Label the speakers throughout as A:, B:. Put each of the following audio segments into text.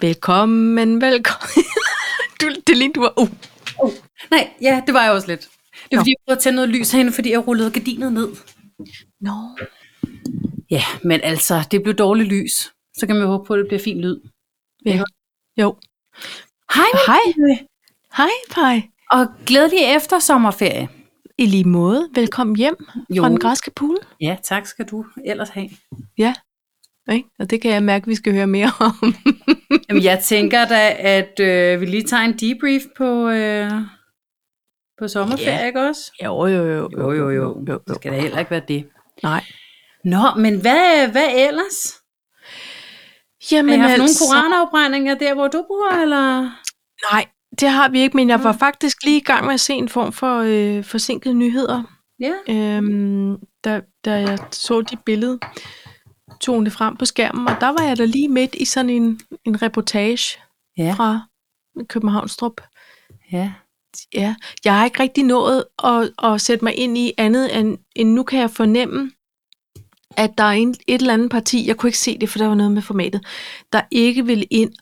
A: Velkommen, velkommen. du, det lignede, du var... Uh.
B: Nej, ja, det var jeg også lidt. Det var, fordi jeg prøvede at tænde noget lys herinde, fordi jeg rullede gardinet ned.
A: Nå.
B: Ja, men altså, det blev dårligt lys. Så kan man jo håbe på, at det bliver fin lyd.
A: Ja. Jo.
B: Hej,
A: Hej. Hej, Paj.
B: og glædelig efter sommerferie.
A: I lige måde. Velkommen hjem jo. fra den græske pool.
B: Ja, tak skal du ellers have.
A: Ja. Ikke? Og det kan jeg mærke, vi skal høre mere om.
B: Jamen, jeg tænker da, at øh, vi lige tager en debrief på, øh, på sommerferie,
A: Ja.
B: ikke også?
A: jo, jo, jo. jo,
B: Det skal da heller ikke være det.
A: Nej.
B: Nå, men hvad, hvad ellers? Har
A: Jamen,
B: men I haft altså...
A: altså,
B: nogle koranafbrændinger der, hvor du bor, eller?
A: Nej, det har vi ikke, men jeg var
B: Mm.
A: faktisk lige i gang med at se en form for øh, forsinkede nyheder.
B: Ja.
A: Øhm, da, da jeg så dit billede, tog hun det frem på skærmen, og der var jeg da lige midt i sådan en, en reportage
B: Ja.
A: fra Københavnstrup.
B: ja.
A: Ja, jeg har ikke rigtig nået at, at sætte mig ind i andet, end, end nu kan jeg fornemme, at der er en, et eller andet parti, jeg kunne ikke se det, for der var noget med formatet, der ikke ville ind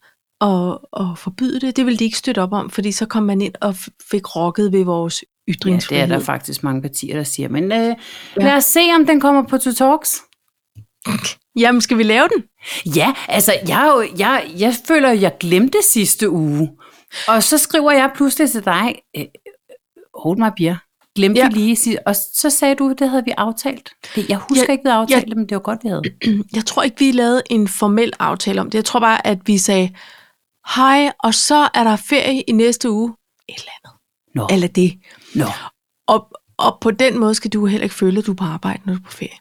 A: og, og forbyde det. Det ville de ikke støtte op om, fordi så kom man ind og f- fik rokket ved vores
B: ja,
A: ytringsfrihed.
B: det er der faktisk mange partier, der siger. Men øh, ja. lad os se, om den kommer på to talks.
A: Jamen, skal vi lave den?
B: Ja, altså, jeg, er jo- jeg, jeg føler, jeg glemte sidste uge. Og så skriver jeg pludselig til dig, øh, hold mig beer. Glemte
A: Ja.
B: ja. lige, si- og så sagde du, det havde vi aftalt. Det, jeg husker
A: Ja,
B: ja, ikke, vi havde aftalt det, men det var godt, vi havde.
A: Jeg tror ikke, vi lavede en formel aftale om det. Jeg tror bare, at vi sagde, hej, og så er der ferie i næste uge. Et eller andet.
B: Nå,
A: Eller det.
B: nå.
A: Og, og på den måde skal du heller ikke føle, at du er på arbejde, når du er på ferie.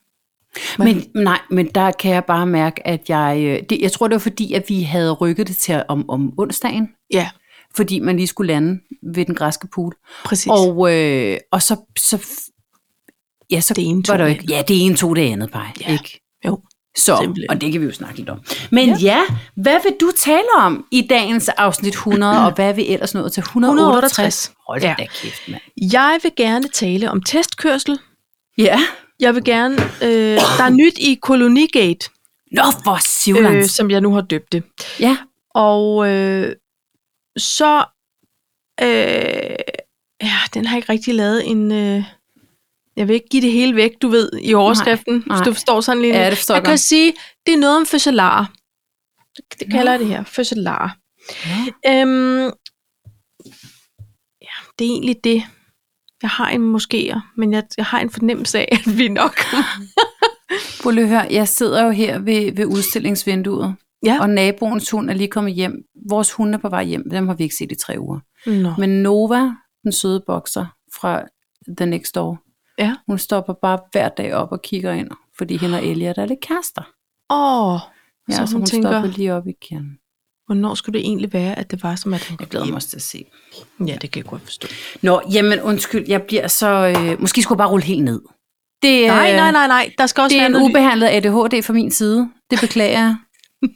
B: Men, nej, men der kan jeg bare mærke, at jeg... øh, Det, jeg tror, det var fordi, at vi havde rykket det til om, om onsdagen,
A: Ja,
B: fordi man lige skulle lande ved den græske pool.
A: præcis.
B: Og, øh, og så, så, ja, så
A: Det ene tog
B: var der jo
A: det
B: ikke, ja, det ene tog det andet, bare,
A: Ja.
B: ikke?
A: Jo.
B: Så,
A: Simpelthen.
B: og det kan vi jo snakke lidt om. Men ja. ja, hvad vil du tale om i dagens afsnit 100, og hvad er vi ellers nået til 168?
A: 168.
B: Hold da
A: Ja.
B: kæft, mand.
A: Jeg vil gerne tale om testkørsel.
B: Ja.
A: Jeg vil gerne... Øh, der er nyt i Kolonigate,
B: Nå, for
A: øh,
B: sivlands.
A: som jeg nu har døbt det.
B: Øh, ja.
A: Og øh, så... Øh, ja, den har ikke rigtig lavet en... Øh, jeg vil ikke give det hele væk, du ved, i overskriften, nej, nej. hvis
B: nej.
A: du forstår sådan lidt.
B: Ja, det forstår jeg
A: jeg kan
B: godt.
A: sige, det er noget om fødselarer. Det- Det
B: Nå.
A: kalder jeg det her, fødselarer.
B: ja.
A: Øhm, ja, det er egentlig det. Jeg har en måske, men jeg, jeg har en fornemmelse af, at vi nok...
B: Prøv lige at høre, jeg sidder jo her ved, ved udstillingsvinduet,
A: Ja.
B: og naboens hund er lige kommet hjem. Vores hunde er på vej hjem, dem har vi ikke set i tre uger.
A: Nå. Men,
B: Men Nova, den søde bokser fra The Next Door,
A: Ja.
B: hun stopper bare hver dag op og kigger ind, fordi hende og Elia, der er lidt kærester.
A: åh,
B: Ja, så, så hun, hun tænker... stopper lige op i kirken.
A: hvornår skulle det egentlig være, at det var som, at han
B: Jeg glæder mig også til at se.
A: Ja, Øh, det kan jeg godt forstå.
B: Nå, jamen undskyld, jeg bliver så... Øh, måske skulle jeg bare rulle helt ned. Det, øh,
A: Nej, nej, nej, nej. Der skal også
B: Det er
A: være
B: en
A: noget...
B: ubehandlet ADHD fra min side. Det beklager jeg.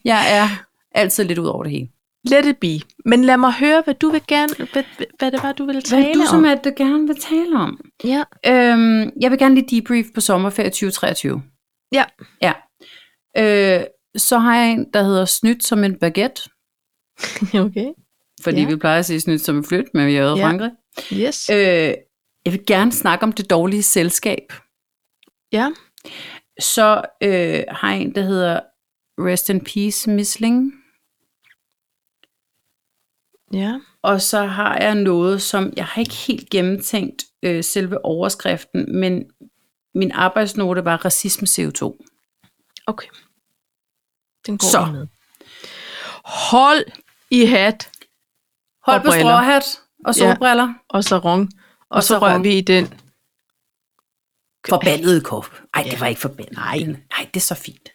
B: Jeg er altid lidt ud over det hele.
A: Let it be. Men lad mig høre, hvad du vil gerne... Hvad, hvad det var, du ville
B: Hvad
A: tale
B: er du
A: om.
B: som at du gerne vil tale om?
A: Ja.
B: Øhm, jeg vil gerne lige debrief på sommerferie 2023.
A: Ja.
B: Ja. Øh, så har jeg en, der hedder Snydt som en baguette,
A: okay.
B: fordi
A: Ja.
B: ja. vi plejer at sige Snydt som en flyt, men vi er i
A: Ja.
B: Frankrig.
A: Yes. Øh,
B: Øh, jeg vil gerne snakke om det dårlige selskab.
A: Ja.
B: Så øh, har jeg en, der hedder Rest in Peace Missling.
A: ja.
B: Og så har jeg noget, som jeg har ikke helt gennemtænkt øh, selve overskriften, men min arbejdsnote var racisme CO2.
A: Okay. Den går
B: Så.
A: vi med. Hold i hat
B: Hold
A: Og
B: på
A: briller.
B: stråhat og
A: Ja.
B: solbriller. Ja.
A: og sarong. Og, og
B: Og
A: så rører
B: sarong.
A: vi i den.
B: Forbandet kop. Nej, det var ikke forbandet. Nej. Nej, det er så fint.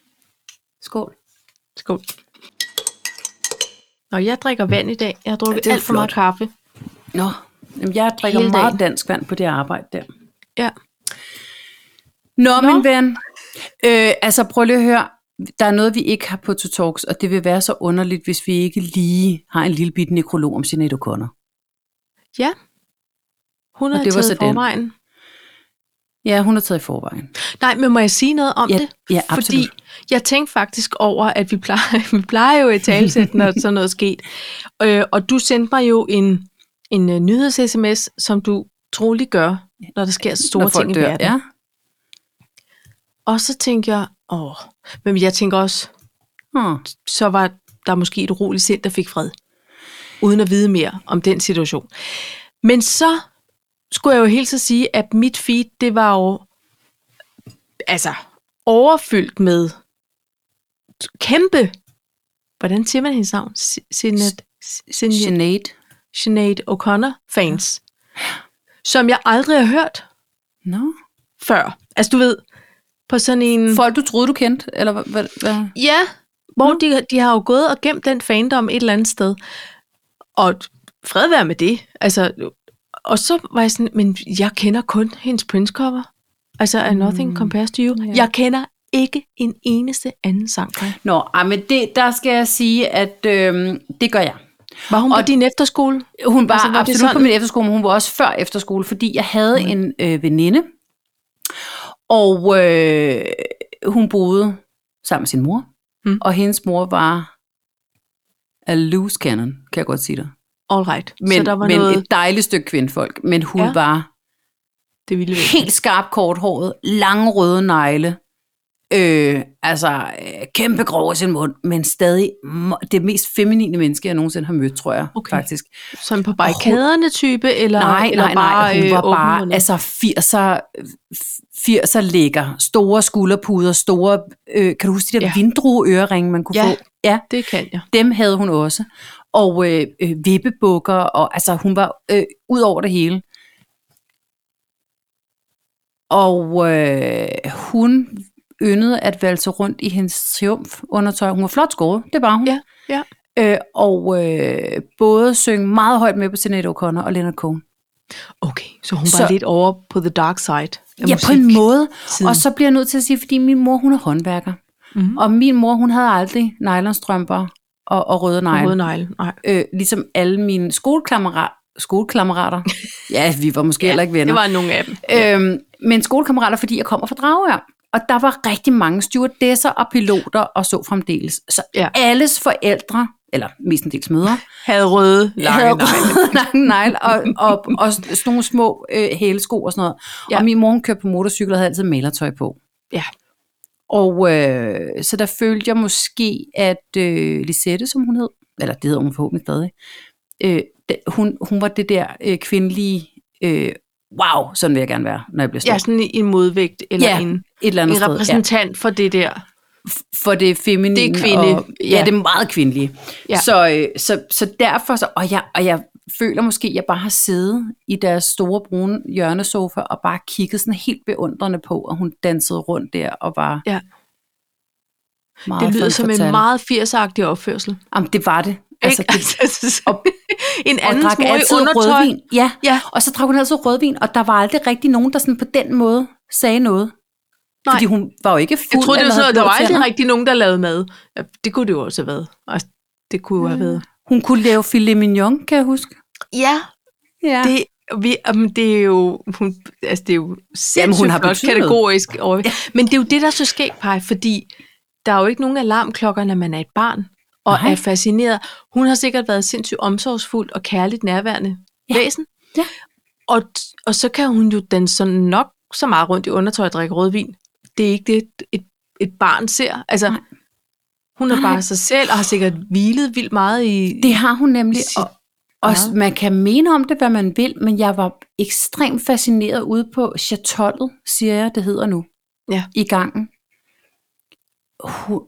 B: Skål.
A: Skål. Nå, jeg drikker vand i dag. Jeg har drukket
B: Ja, det
A: ja,
B: er
A: alt for meget
B: flot.
A: kaffe.
B: Nå, Jamen, jeg drikker
A: Hele
B: Hele meget
A: dagen.
B: dansk vand på det arbejde der.
A: Ja.
B: Nå,
A: Nå.
B: Nå. min ven. Øh, altså, prøv lige at høre. Der er noget, vi ikke har på To Talks, og det vil være så underligt, hvis vi ikke lige har en lille bit nekrolog om Sinead O'Connor.
A: Ja. Hun
B: Og
A: har
B: det var
A: taget
B: så den.
A: forvejen.
B: Ja, hun er taget i forvejen.
A: Nej, men må jeg sige noget om
B: Ja,
A: det?
B: ja,
A: Fordi
B: absolut.
A: jeg tænkte faktisk over, at vi plejer, vi plejer jo at talsætte, når sådan noget er sket. Øh, og du sendte mig jo en, en uh, nyheds-sms, som du troligt gør, når der sker store
B: Når folk
A: ting i
B: dør.
A: verden.
B: Ja.
A: Og så tænkte jeg, åh, men jeg tænker også,
B: Hmm.
A: så var der måske et roligt sind, der fik fred. Uden at vide mere om den situation. Men så skulle jeg jo helt så sige, at mit feed, det var jo altså overfyldt med kæmpe, hvordan siger man hendes navn? Si- Sinead, Sinead,
B: Sinead.
A: Sinead O'Connor fans, som jeg aldrig har hørt
B: No.
A: før. Altså du ved, på sådan en...
B: Folk, du troede, du kendte? Eller hvad? hvad, hvad?
A: Ja, hvor de, de har jo gået og gemt den fandom et eller andet sted. Og fred være med det. Altså, og så var jeg sådan, men jeg kender kun hendes Prince cover. Altså, mm. Nothing Compares to You.
B: Ja.
A: Yeah. Jeg kender ikke en eneste anden sang. Kai.
B: Nå, ej, men det, der skal jeg sige, at øhm, det gør jeg.
A: Var hun og på
B: Og-
A: din efterskole?
B: Hun var,
A: Altså,
B: altså,
A: var
B: var
A: det
B: absolut
A: sådan- Mm.
B: på min efterskole, men hun var også før efterskole, fordi jeg havde en øh, veninde, og øh, hun boede sammen med sin mor,
A: Mm.
B: mm. og hendes mor var a loose cannon, kan jeg godt sige dig.
A: All right.
B: Men,
A: så der var
B: men
A: noget,
B: et dejligt stykke kvindfolk, men hun
A: Ja.
B: ja. var
A: det ville være.
B: helt skarp korthåret, lange røde negle, øh, altså øh, kæmpe grov i sin mund, men stadig mo- det mest feminine menneske, jeg nogensinde har mødt, tror jeg
A: Okay.
B: okay. faktisk.
A: Sådan på barrikaderne type? Eller,
B: Nej,
A: eller
B: nej,
A: bare, øh,
B: nej, hun var
A: åben
B: bare,
A: mundet?
B: altså 80'er, 80'er lækker, store skulderpuder, store, øh, kan du huske de der
A: Ja.
B: ja. vindrueøreringe, man kunne
A: Ja.
B: få? Ja,
A: det kan jeg.
B: dem havde hun også. Og øh, øh, vippebukker, og altså hun var øh, ud over det hele. Og øh, hun yndede at valse rundt i hendes triumf undertøj. Hun var flot skåret, det var hun.
A: Ja, ja.
B: Øh, og øh, både synge meget højt med på Sinead O'Connor og Leonard Cohen.
A: Okay, så hun var
B: Så-
A: så, lidt over på the dark side af
B: Ja, på en måde.
A: musiksiden.
B: Og så bliver jeg nødt til at sige, fordi min mor, hun er håndværker.
A: Mhm.
B: Mm-hmm. Og min mor, hun havde aldrig nylonstrømper og, og røde
A: Nej.
B: negle.
A: Nej.
B: Øh, ligesom alle mine skolekammerater. Skolekammerater? ja, vi var måske ja, heller ikke venner.
A: Det var nogle af dem.
B: Øhm, men skolekammerater, fordi jeg kommer fra Dragør. Og der var rigtig mange stewardesser og piloter og så fremdeles. Så
A: Ja.
B: ja. alles forældre, eller mestendels mødre,
A: havde røde lange
B: havde
A: havde negle.
B: røde lange negle og, og, og sådan nogle små øh, hælesko og sådan noget.
A: Ja.
B: Ja. Og min mor hun kørte på motorcykel og havde altid malertøj på.
A: Ja.
B: Og øh, så der følte jeg måske, at øh, Lisette, som hun hed, eller det hedder hun forhåbentlig stadig, øh, da- hun, hun var det der øh, kvindelige, øh, wow, sådan vil jeg gerne være, når jeg bliver stor.
A: Ja, sådan en modvægt eller
B: Ja,
A: ja, en,
B: Et eller andet
A: en
B: sted. Ja.
A: repræsentant ja. for det der.
B: For det feminine.
A: Det er kvinde,
B: Og, ja.
A: ja.
B: ja, det er meget kvindelige.
A: Ja.
B: Så, øh, så, så derfor, så, og, jeg, og jeg føler måske, at jeg bare har siddet i deres store brune hjørnesofa og bare kigget sådan helt beundrende på, at hun dansede rundt der og var
A: Ja.
B: meget
A: Det lyder som en
B: femme-fatale.
A: meget 80-agtig opførsel.
B: Jamen, det var det.
A: Altså,
B: Altså,
A: ikke?
B: det,
A: Altså,
B: og-
A: en
B: og
A: anden
B: drak
A: mor i
B: altid
A: undertøj.
B: rødvin. Ja.
A: Ja,
B: og så drak hun altid rødvin, og der var aldrig rigtig nogen, der sådan på den måde sagde noget.
A: Nej.
B: Nej. Fordi hun var jo ikke fuld.
A: jeg troede, det
B: eller
A: var sådan,
B: havde
A: at der
B: blå
A: var aldrig
B: tænder.
A: rigtig nogen, der lavede mad. Ja, det kunne det jo også have været. Altså, det kunne jo have været.
B: Hun kunne lave filet mignon, kan jeg huske.
A: Ja,
B: Mm. Ja.
A: det, vi, jamen, det er jo, hun, altså, det er jo
B: Jamen, hun
A: sindssygt
B: har
A: flot
B: betydet noget.
A: kategorisk. Over. Men det er jo det, der er så skægt, Paj, fordi der er jo ikke nogen alarmklokker, når man er et barn og
B: Nej.
A: er fascineret. Hun har sikkert været sindssygt omsorgsfuld og kærligt nærværende ja.
B: Ja.
A: væsen.
B: Ja.
A: Og, og så kan hun jo danse sådan nok så meget rundt i undertøj og drikke rødvin. Det er ikke det, et, et barn ser. Altså, Nej.
B: Nej.
A: hun er
B: Nej.
A: bare sig selv og har sikkert hvilet vildt meget i...
B: Det har hun nemlig.
A: Sit-
B: Og, og
A: Ja.
B: ja. man kan mene om det, hvad man vil, men jeg var ekstremt fascineret ude på Chatollet, siger jeg, det hedder nu,
A: Ja.
B: i gangen. Hun,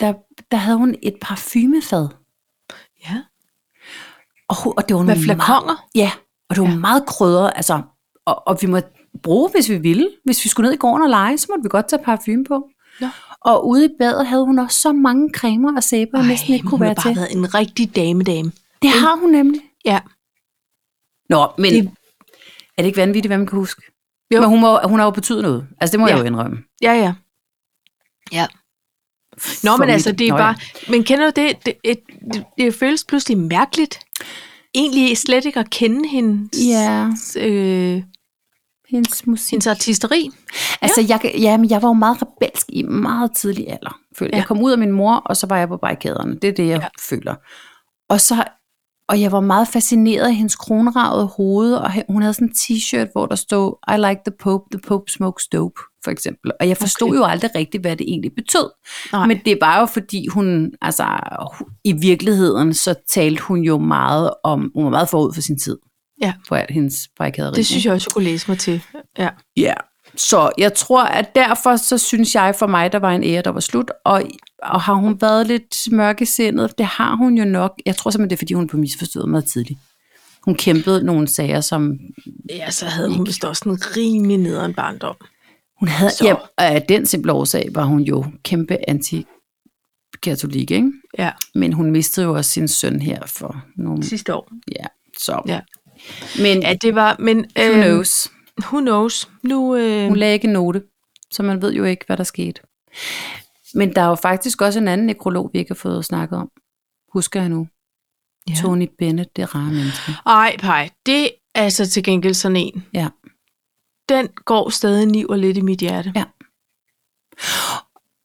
B: der, der havde hun et parfumefad.
A: Ja.
B: Og, hun, og det var
A: Med
B: nogle meget,
A: flakonger.
B: ja, og det var
A: Ja.
B: ja. meget krydder, altså, og, og vi måtte bruge, hvis vi ville. Hvis vi skulle ned i gården og lege, så måtte vi godt tage parfume på.
A: Nå.
B: Og ude i badet havde hun også så mange cremer og sæber, jeg næsten ikke
A: men
B: kunne
A: hun
B: være
A: har bare
B: til.
A: været en rigtig damedame.
B: Det har hun nemlig.
A: Ja.
B: Nå, men
A: Det-
B: det... er det ikke vanvittigt, hvad man kan huske?
A: Jo.
B: Jo. Men hun, må, hun har jo betydet noget. Altså, det må
A: Ja.
B: ja. jeg jo indrømme.
A: Ja, ja. Ja. Nå,
B: For
A: men
B: mit-
A: altså, det er
B: Nå,
A: bare... Men kender du det? Det, et, det? det føles pludselig mærkeligt. Egentlig slet ikke at kende hendes
B: Ja.
A: øh,
B: Hendes musik.
A: Hendes artisteri.
B: Altså, jeg, kan- ja, men jeg var jo meget rebelsk i meget tidlig alder. Føler. Ja.
A: Ja.
B: Jeg kom ud af min mor, og så var jeg på barrikaderne. Det er det, jeg ja. føler. Og så og jeg var meget fascineret af hendes kronravede hoved, og he- hun havde sådan en t-shirt, hvor der stod, I like the Pope, the Pope smokes dope, for eksempel. Og jeg forstod okay.
A: Okay.
B: jo aldrig rigtigt, hvad det egentlig betød.
A: Nej.
B: Men det var jo fordi hun, altså hu- i virkeligheden, så talte hun jo meget om, hun var meget forud for sin tid.
A: Ja.
B: For alt hendes barrikaderi.
A: Det synes jeg også, jeg kunne læse mig til. Ja.
B: Ja. Så jeg tror, at derfor så synes jeg for mig, der var en ære, der var slut. Og, og har hun været lidt mørkesindet? Det har hun jo nok. Jeg tror simpelthen, det er, fordi hun blev misforstået meget tidligt. Hun kæmpede nogle sager, som
A: ja, så havde hun vist også en rimelig nederen barndom.
B: hun havde.
A: Så.
B: Ja, og af den simple årsag var hun jo kæmpe antikatolik, ikke?
A: Ja,
B: Men hun mistede jo også sin søn her for nogle...
A: sidste år.
B: Ja, så...
A: Ja.
B: Men
A: Ja, det var, men...
B: who
A: øhm,
B: knows?
A: Who knows? Nu, øh,
B: Hun lagde ikke en note, så man ved jo ikke, hvad der skete. Men der er jo faktisk også en anden nekrolog, vi ikke har fået snakket om. Husker jeg nu. Ja.
A: Ja.
B: Tony Bennett, det rare menneske.
A: Ej, pej, det er altså til gengæld sådan en.
B: Ja.
A: Den går stadig niver lidt i mit hjerte.
B: Ja.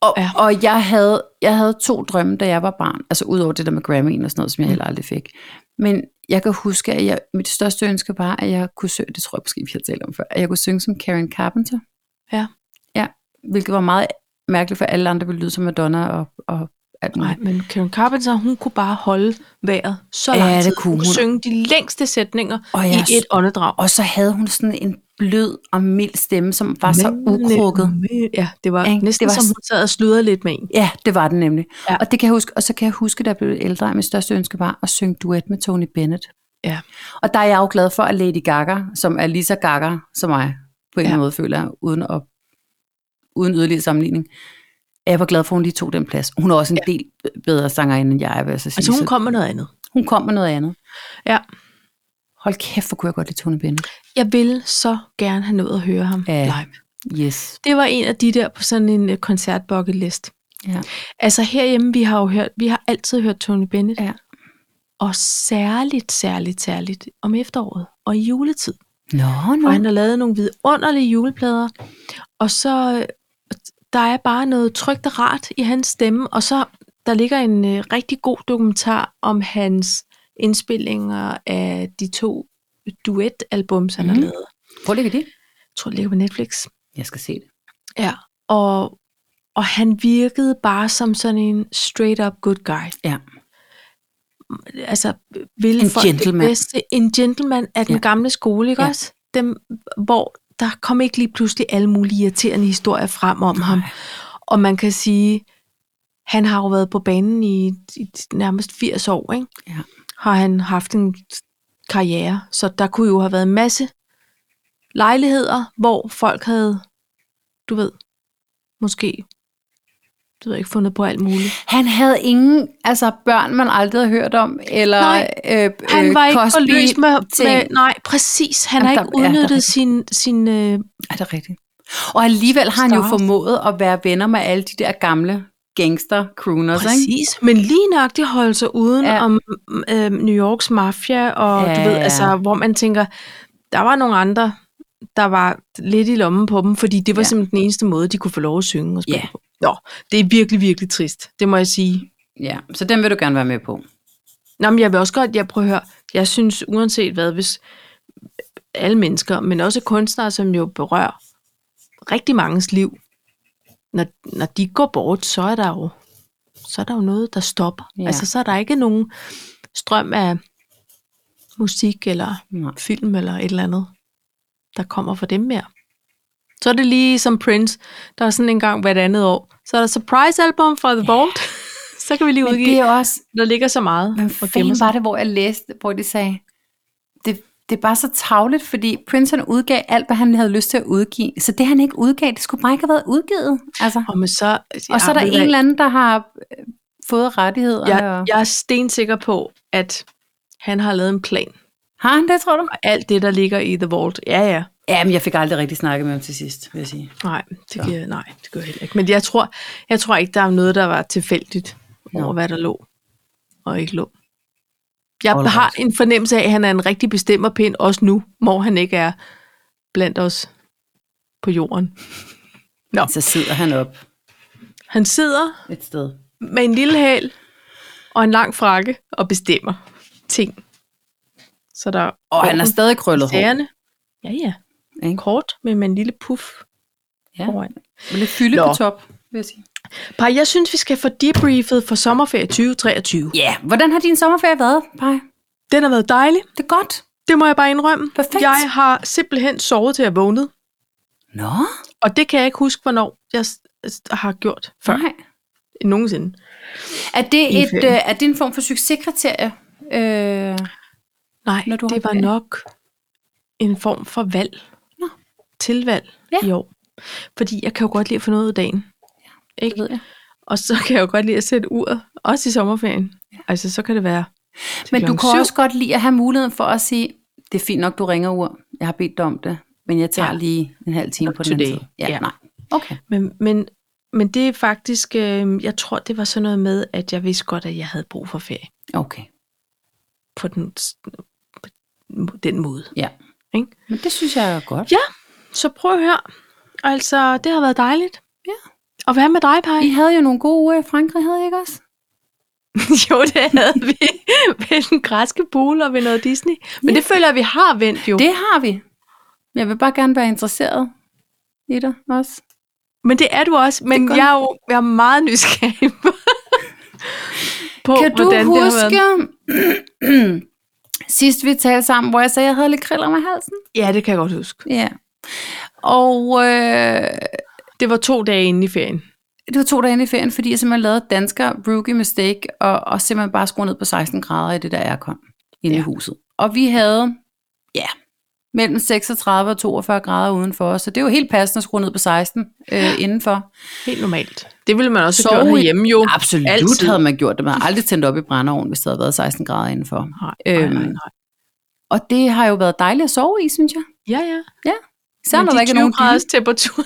B: Og, ja.
A: Ja.
B: og jeg, havde, jeg havde to drømme, da jeg var barn. Altså udover det der med Grammy'en og
A: Mm.
B: sådan noget, som jeg heller aldrig fik. Men jeg kan huske, at jeg, mit største ønske var, at jeg kunne synge, det tror jeg måske, vi har talt om før, at jeg kunne synge som Karen Carpenter.
A: Ja.
B: Ja, hvilket var meget mærkeligt, for alle andre ville lyde som Madonna og, og alt muligt.
A: Nej, men Karen Carpenter, hun kunne bare holde vejret så
B: Ja,
A: lang
B: det
A: tid.
B: kunne
A: kunne
B: hun.
A: synge de længste sætninger
B: Og
A: og
B: jeg
A: i
B: er
A: et åndedrag.
B: Og så havde hun sådan en blød og mild stemme, som var så ukrukket.
A: Ja, det var
B: Ikke?
A: næsten
B: Det
A: det
B: var
A: var som
B: s-
A: hun sad og sludrede lidt med en.
B: Ja, det var den nemlig. Ja.
A: Ja.
B: Og det kan jeg huske, og så kan jeg huske, da jeg blev ældre, at mit største ønske var at synge duet med Tony Bennett.
A: Ja.
B: Og der er jeg jo glad for, at Lady Gaga, som er lige så gaga som mig, på en ja.
A: Ja.
B: måde føler jeg, uden, at, uden yderligere sammenligning, at jeg var glad for, at hun lige tog den plads. Hun er også en ja. del bedre sangerinde, end jeg er, vil jeg så sige.
A: Altså hun
B: Så
A: kom med noget andet.
B: hun kom med noget andet.
A: Ja.
B: Hold kæft, hvor kunne jeg godt lide Tony Bennett.
A: Jeg ville så gerne have nået at høre ham
B: Ja.
A: ja. live.
B: Yes.
A: Det var en af de der på sådan en øh, koncertbucket list.
B: Ja.
A: Altså herhjemme, vi har jo hørt, vi har altid hørt Tony Bennett.
B: Ja.
A: Og særligt, særligt, særligt om efteråret og i juletid.
B: Nå, nå.
A: Og han har lavet nogle vidunderlige juleplader. Og så øh, der er bare noget trygt og rart i hans stemme. Og så der ligger en øh, rigtig god dokumentar om hans indspillinger af de to duetalbums, han mm.
B: Mhm.
A: har lavet.
B: Hvor ligger det?
A: Jeg tror, det ligger på Netflix.
B: Jeg skal se det.
A: Ja, og, og han virkede bare som sådan en straight up good guy.
B: Ja.
A: Altså, ville
B: En
A: folk
B: gentleman.
A: det bedste. En gentleman af den
B: Ja.
A: ja. gamle skole, ikke
B: Ja.
A: ja. også? Dem, hvor der kom ikke lige pludselig alle mulige irriterende historier frem om ham. Og man kan sige, han har jo været på banen i, i nærmest 80 år, ikke?
B: Ja.
A: Har han haft en karriere, så der kunne jo have været en masse lejligheder, hvor folk havde, du ved, måske, du ved ikke, fundet på alt muligt.
B: Han havde ingen altså børn, man aldrig har hørt om, eller
A: Nej,
B: øh,
A: Han var ikke for løs med,
B: ting.
A: med, nej, præcis, han
B: Jamen,
A: har
B: der-
A: ikke
B: ja, der er
A: udnyttet
B: rigtigt.
A: sin, sin øh,
B: Er det rigtigt? Og alligevel har han jo
A: Stars.
B: formået at være venner med alle de der gamle gangster-crooners, ikke?
A: Præcis, men lige nok de holder sig uden
B: Ja.
A: ja. om øh, New Yorks mafia, og
B: Ja,
A: ja, du ved,
B: ja.
A: altså, hvor man tænker, der var nogle andre, der var lidt i lommen på dem, fordi det var
B: Ja.
A: ja. simpelthen den eneste måde, de kunne få lov at synge og spille
B: Ja.
A: ja. på. Nå, det er virkelig, virkelig trist, det må jeg sige.
B: Ja, så den vil du gerne være med på.
A: Nå, men jeg vil også godt, jeg prøver at høre, jeg synes uanset hvad, hvis alle mennesker, men også kunstnere, som jo berører rigtig manges liv, når, når de går bort, så er der jo, så er der jo noget, der stopper.
B: Ja.
A: Ja. Altså, så er der ikke nogen strøm af musik eller
B: Nej.
A: film eller et eller andet, der kommer fra dem mere. Så er det lige som Prince, der er sådan en gang hvert andet år. Så er der surprise-album fra The Vault. så kan vi lige
B: Men
A: udgive.
B: det er også,
A: Der ligger så meget.
B: Hvem
A: og gemmer
B: fanden
A: sig.
B: var det, hvor jeg læste, hvor de sagde, det, det er bare så tavligt, fordi Prince han udgav alt, hvad han havde lyst til at udgive. Så det, han ikke udgav, det skulle bare ikke have været udgivet. Altså.
A: Og, men så,
B: Og så er der
A: ved du
B: en
A: hvad?
B: eller anden, der har øh, fået rettighederne.
A: jeg,
B: og...
A: jeg er stensikker på, at han har lavet en plan.
B: Har han det, tror du?
A: Og alt det, der ligger i The Vault. Ja, ja.
B: Ja, men jeg fik aldrig rigtig snakket med ham til sidst, vil jeg sige.
A: Nej, det gør, nej, det gør jeg heller ikke. Men jeg tror, jeg tror ikke, der er noget, der var tilfældigt
B: Nå.
A: over, hvad der lå og ikke lå. Jeg
B: Alright.
A: har en fornemmelse af, at han er en rigtig bestemmerpind, også nu, hvor han ikke er blandt os på jorden. Nå.
B: Så sidder han op
A: Han sidder
B: et sted.
A: med en lille hæl og en lang frakke og bestemmer ting. Så der er
B: Og han har
A: orden
B: stadig
A: i
B: krøllet hår.
A: sagerne. Ja, ja.
B: Ikke?
A: Kort, men med en lille puff
B: Ja.
A: foran.
B: Men lidt fylde
A: Nå.
B: på top, vil jeg sige.
A: Par, jeg synes, vi skal få debriefet for sommerferie 2023.
B: Ja, hvordan har din sommerferie været, Paj?
A: Den har været dejlig.
B: Det er godt.
A: Det må jeg bare indrømme.
B: Perfekt.
A: Jeg har simpelthen sovet til at vågne.
B: Nå,
A: Og det kan jeg ikke huske, hvornår jeg s- s- har gjort før.
B: nej.
A: Nogensinde.
B: Er
A: I
B: det, et,
A: ferien.
B: øh, er det en form for succeskriterie? Øh,
A: Nej,
B: Når du har
A: det var
B: ferie.
A: nok en form for valg.
B: Nå.
A: Tilvalg
B: Ja.
A: i år. Fordi jeg kan jo godt lide at få noget ud af dagen.
B: det ved jeg.
A: Og så kan jeg jo godt lide at sætte uret. Også i sommerferien. Altså, så kan det være til
B: Men du
A: klokken
B: kan
A: syv.
B: også godt lide at have muligheden for at sige, det er fint nok, du ringer ur. Jeg har bedt dig om det, men jeg tager
A: Ja.
B: lige en halv time
A: Not
B: på den anden
A: today.
B: side. Ja,
A: Ja.
B: nej. Okay.
A: Men, men, men det er faktisk, øh, jeg tror, det var sådan noget med, at jeg vidste godt, at jeg havde brug for ferie
B: Okay.
A: på den, s- på den måde.
B: Ja.
A: Ikke?
B: Men det synes jeg er godt.
A: Ja. Så prøv at høre. Altså, det har været dejligt.
B: Ja.
A: Og hvad med dig, Paj?
B: I havde jo nogle gode uger i Frankrig, havde I ikke også?
A: jo, det havde vi ved den græske pool og ved noget Disney. Men det føler jeg, vi har vendt jo.
B: Det har vi. Jeg vil bare gerne være interesseret i dig også.
A: Men det er du også. Men
B: gør
A: jeg er jo jeg er meget nysgerrig på, på
B: kan du
A: hvordan det har
B: huske
A: været.
B: sidst vi talte sammen, hvor jeg sagde, at jeg havde lidt kriller med halsen?
A: Ja, det kan jeg godt huske.
B: Ja. Og øh,
A: Det var to dage inde i ferien.
B: det var to dage inde i ferien, fordi jeg simpelthen lavede dansker rookie mistake, og, og simpelthen bare skruede ned på 16 grader i det der aircon inde ja.
A: Ja.
B: i huset. Og vi havde, ja, mellem 36 og 42 grader udenfor, så det var helt passende at skrue ned på 16 øh, indenfor.
A: Helt normalt. Det ville man også have
B: Sove
A: gjort
B: i-
A: herhjemme jo.
B: Absolut
A: Altid.
B: Altid. havde man gjort det. Man har aldrig tændt op i brændeovnen, hvis det havde været 16 grader indenfor.
A: Nej,
B: Øhm,
A: nej, nej.
B: Og det har jo været dejligt at sove i, synes jeg.
A: Ja, ja.
B: Især
A: Men
B: når
A: de
B: der ikke er
A: 20
B: nogen dyne.
A: graders temperatur.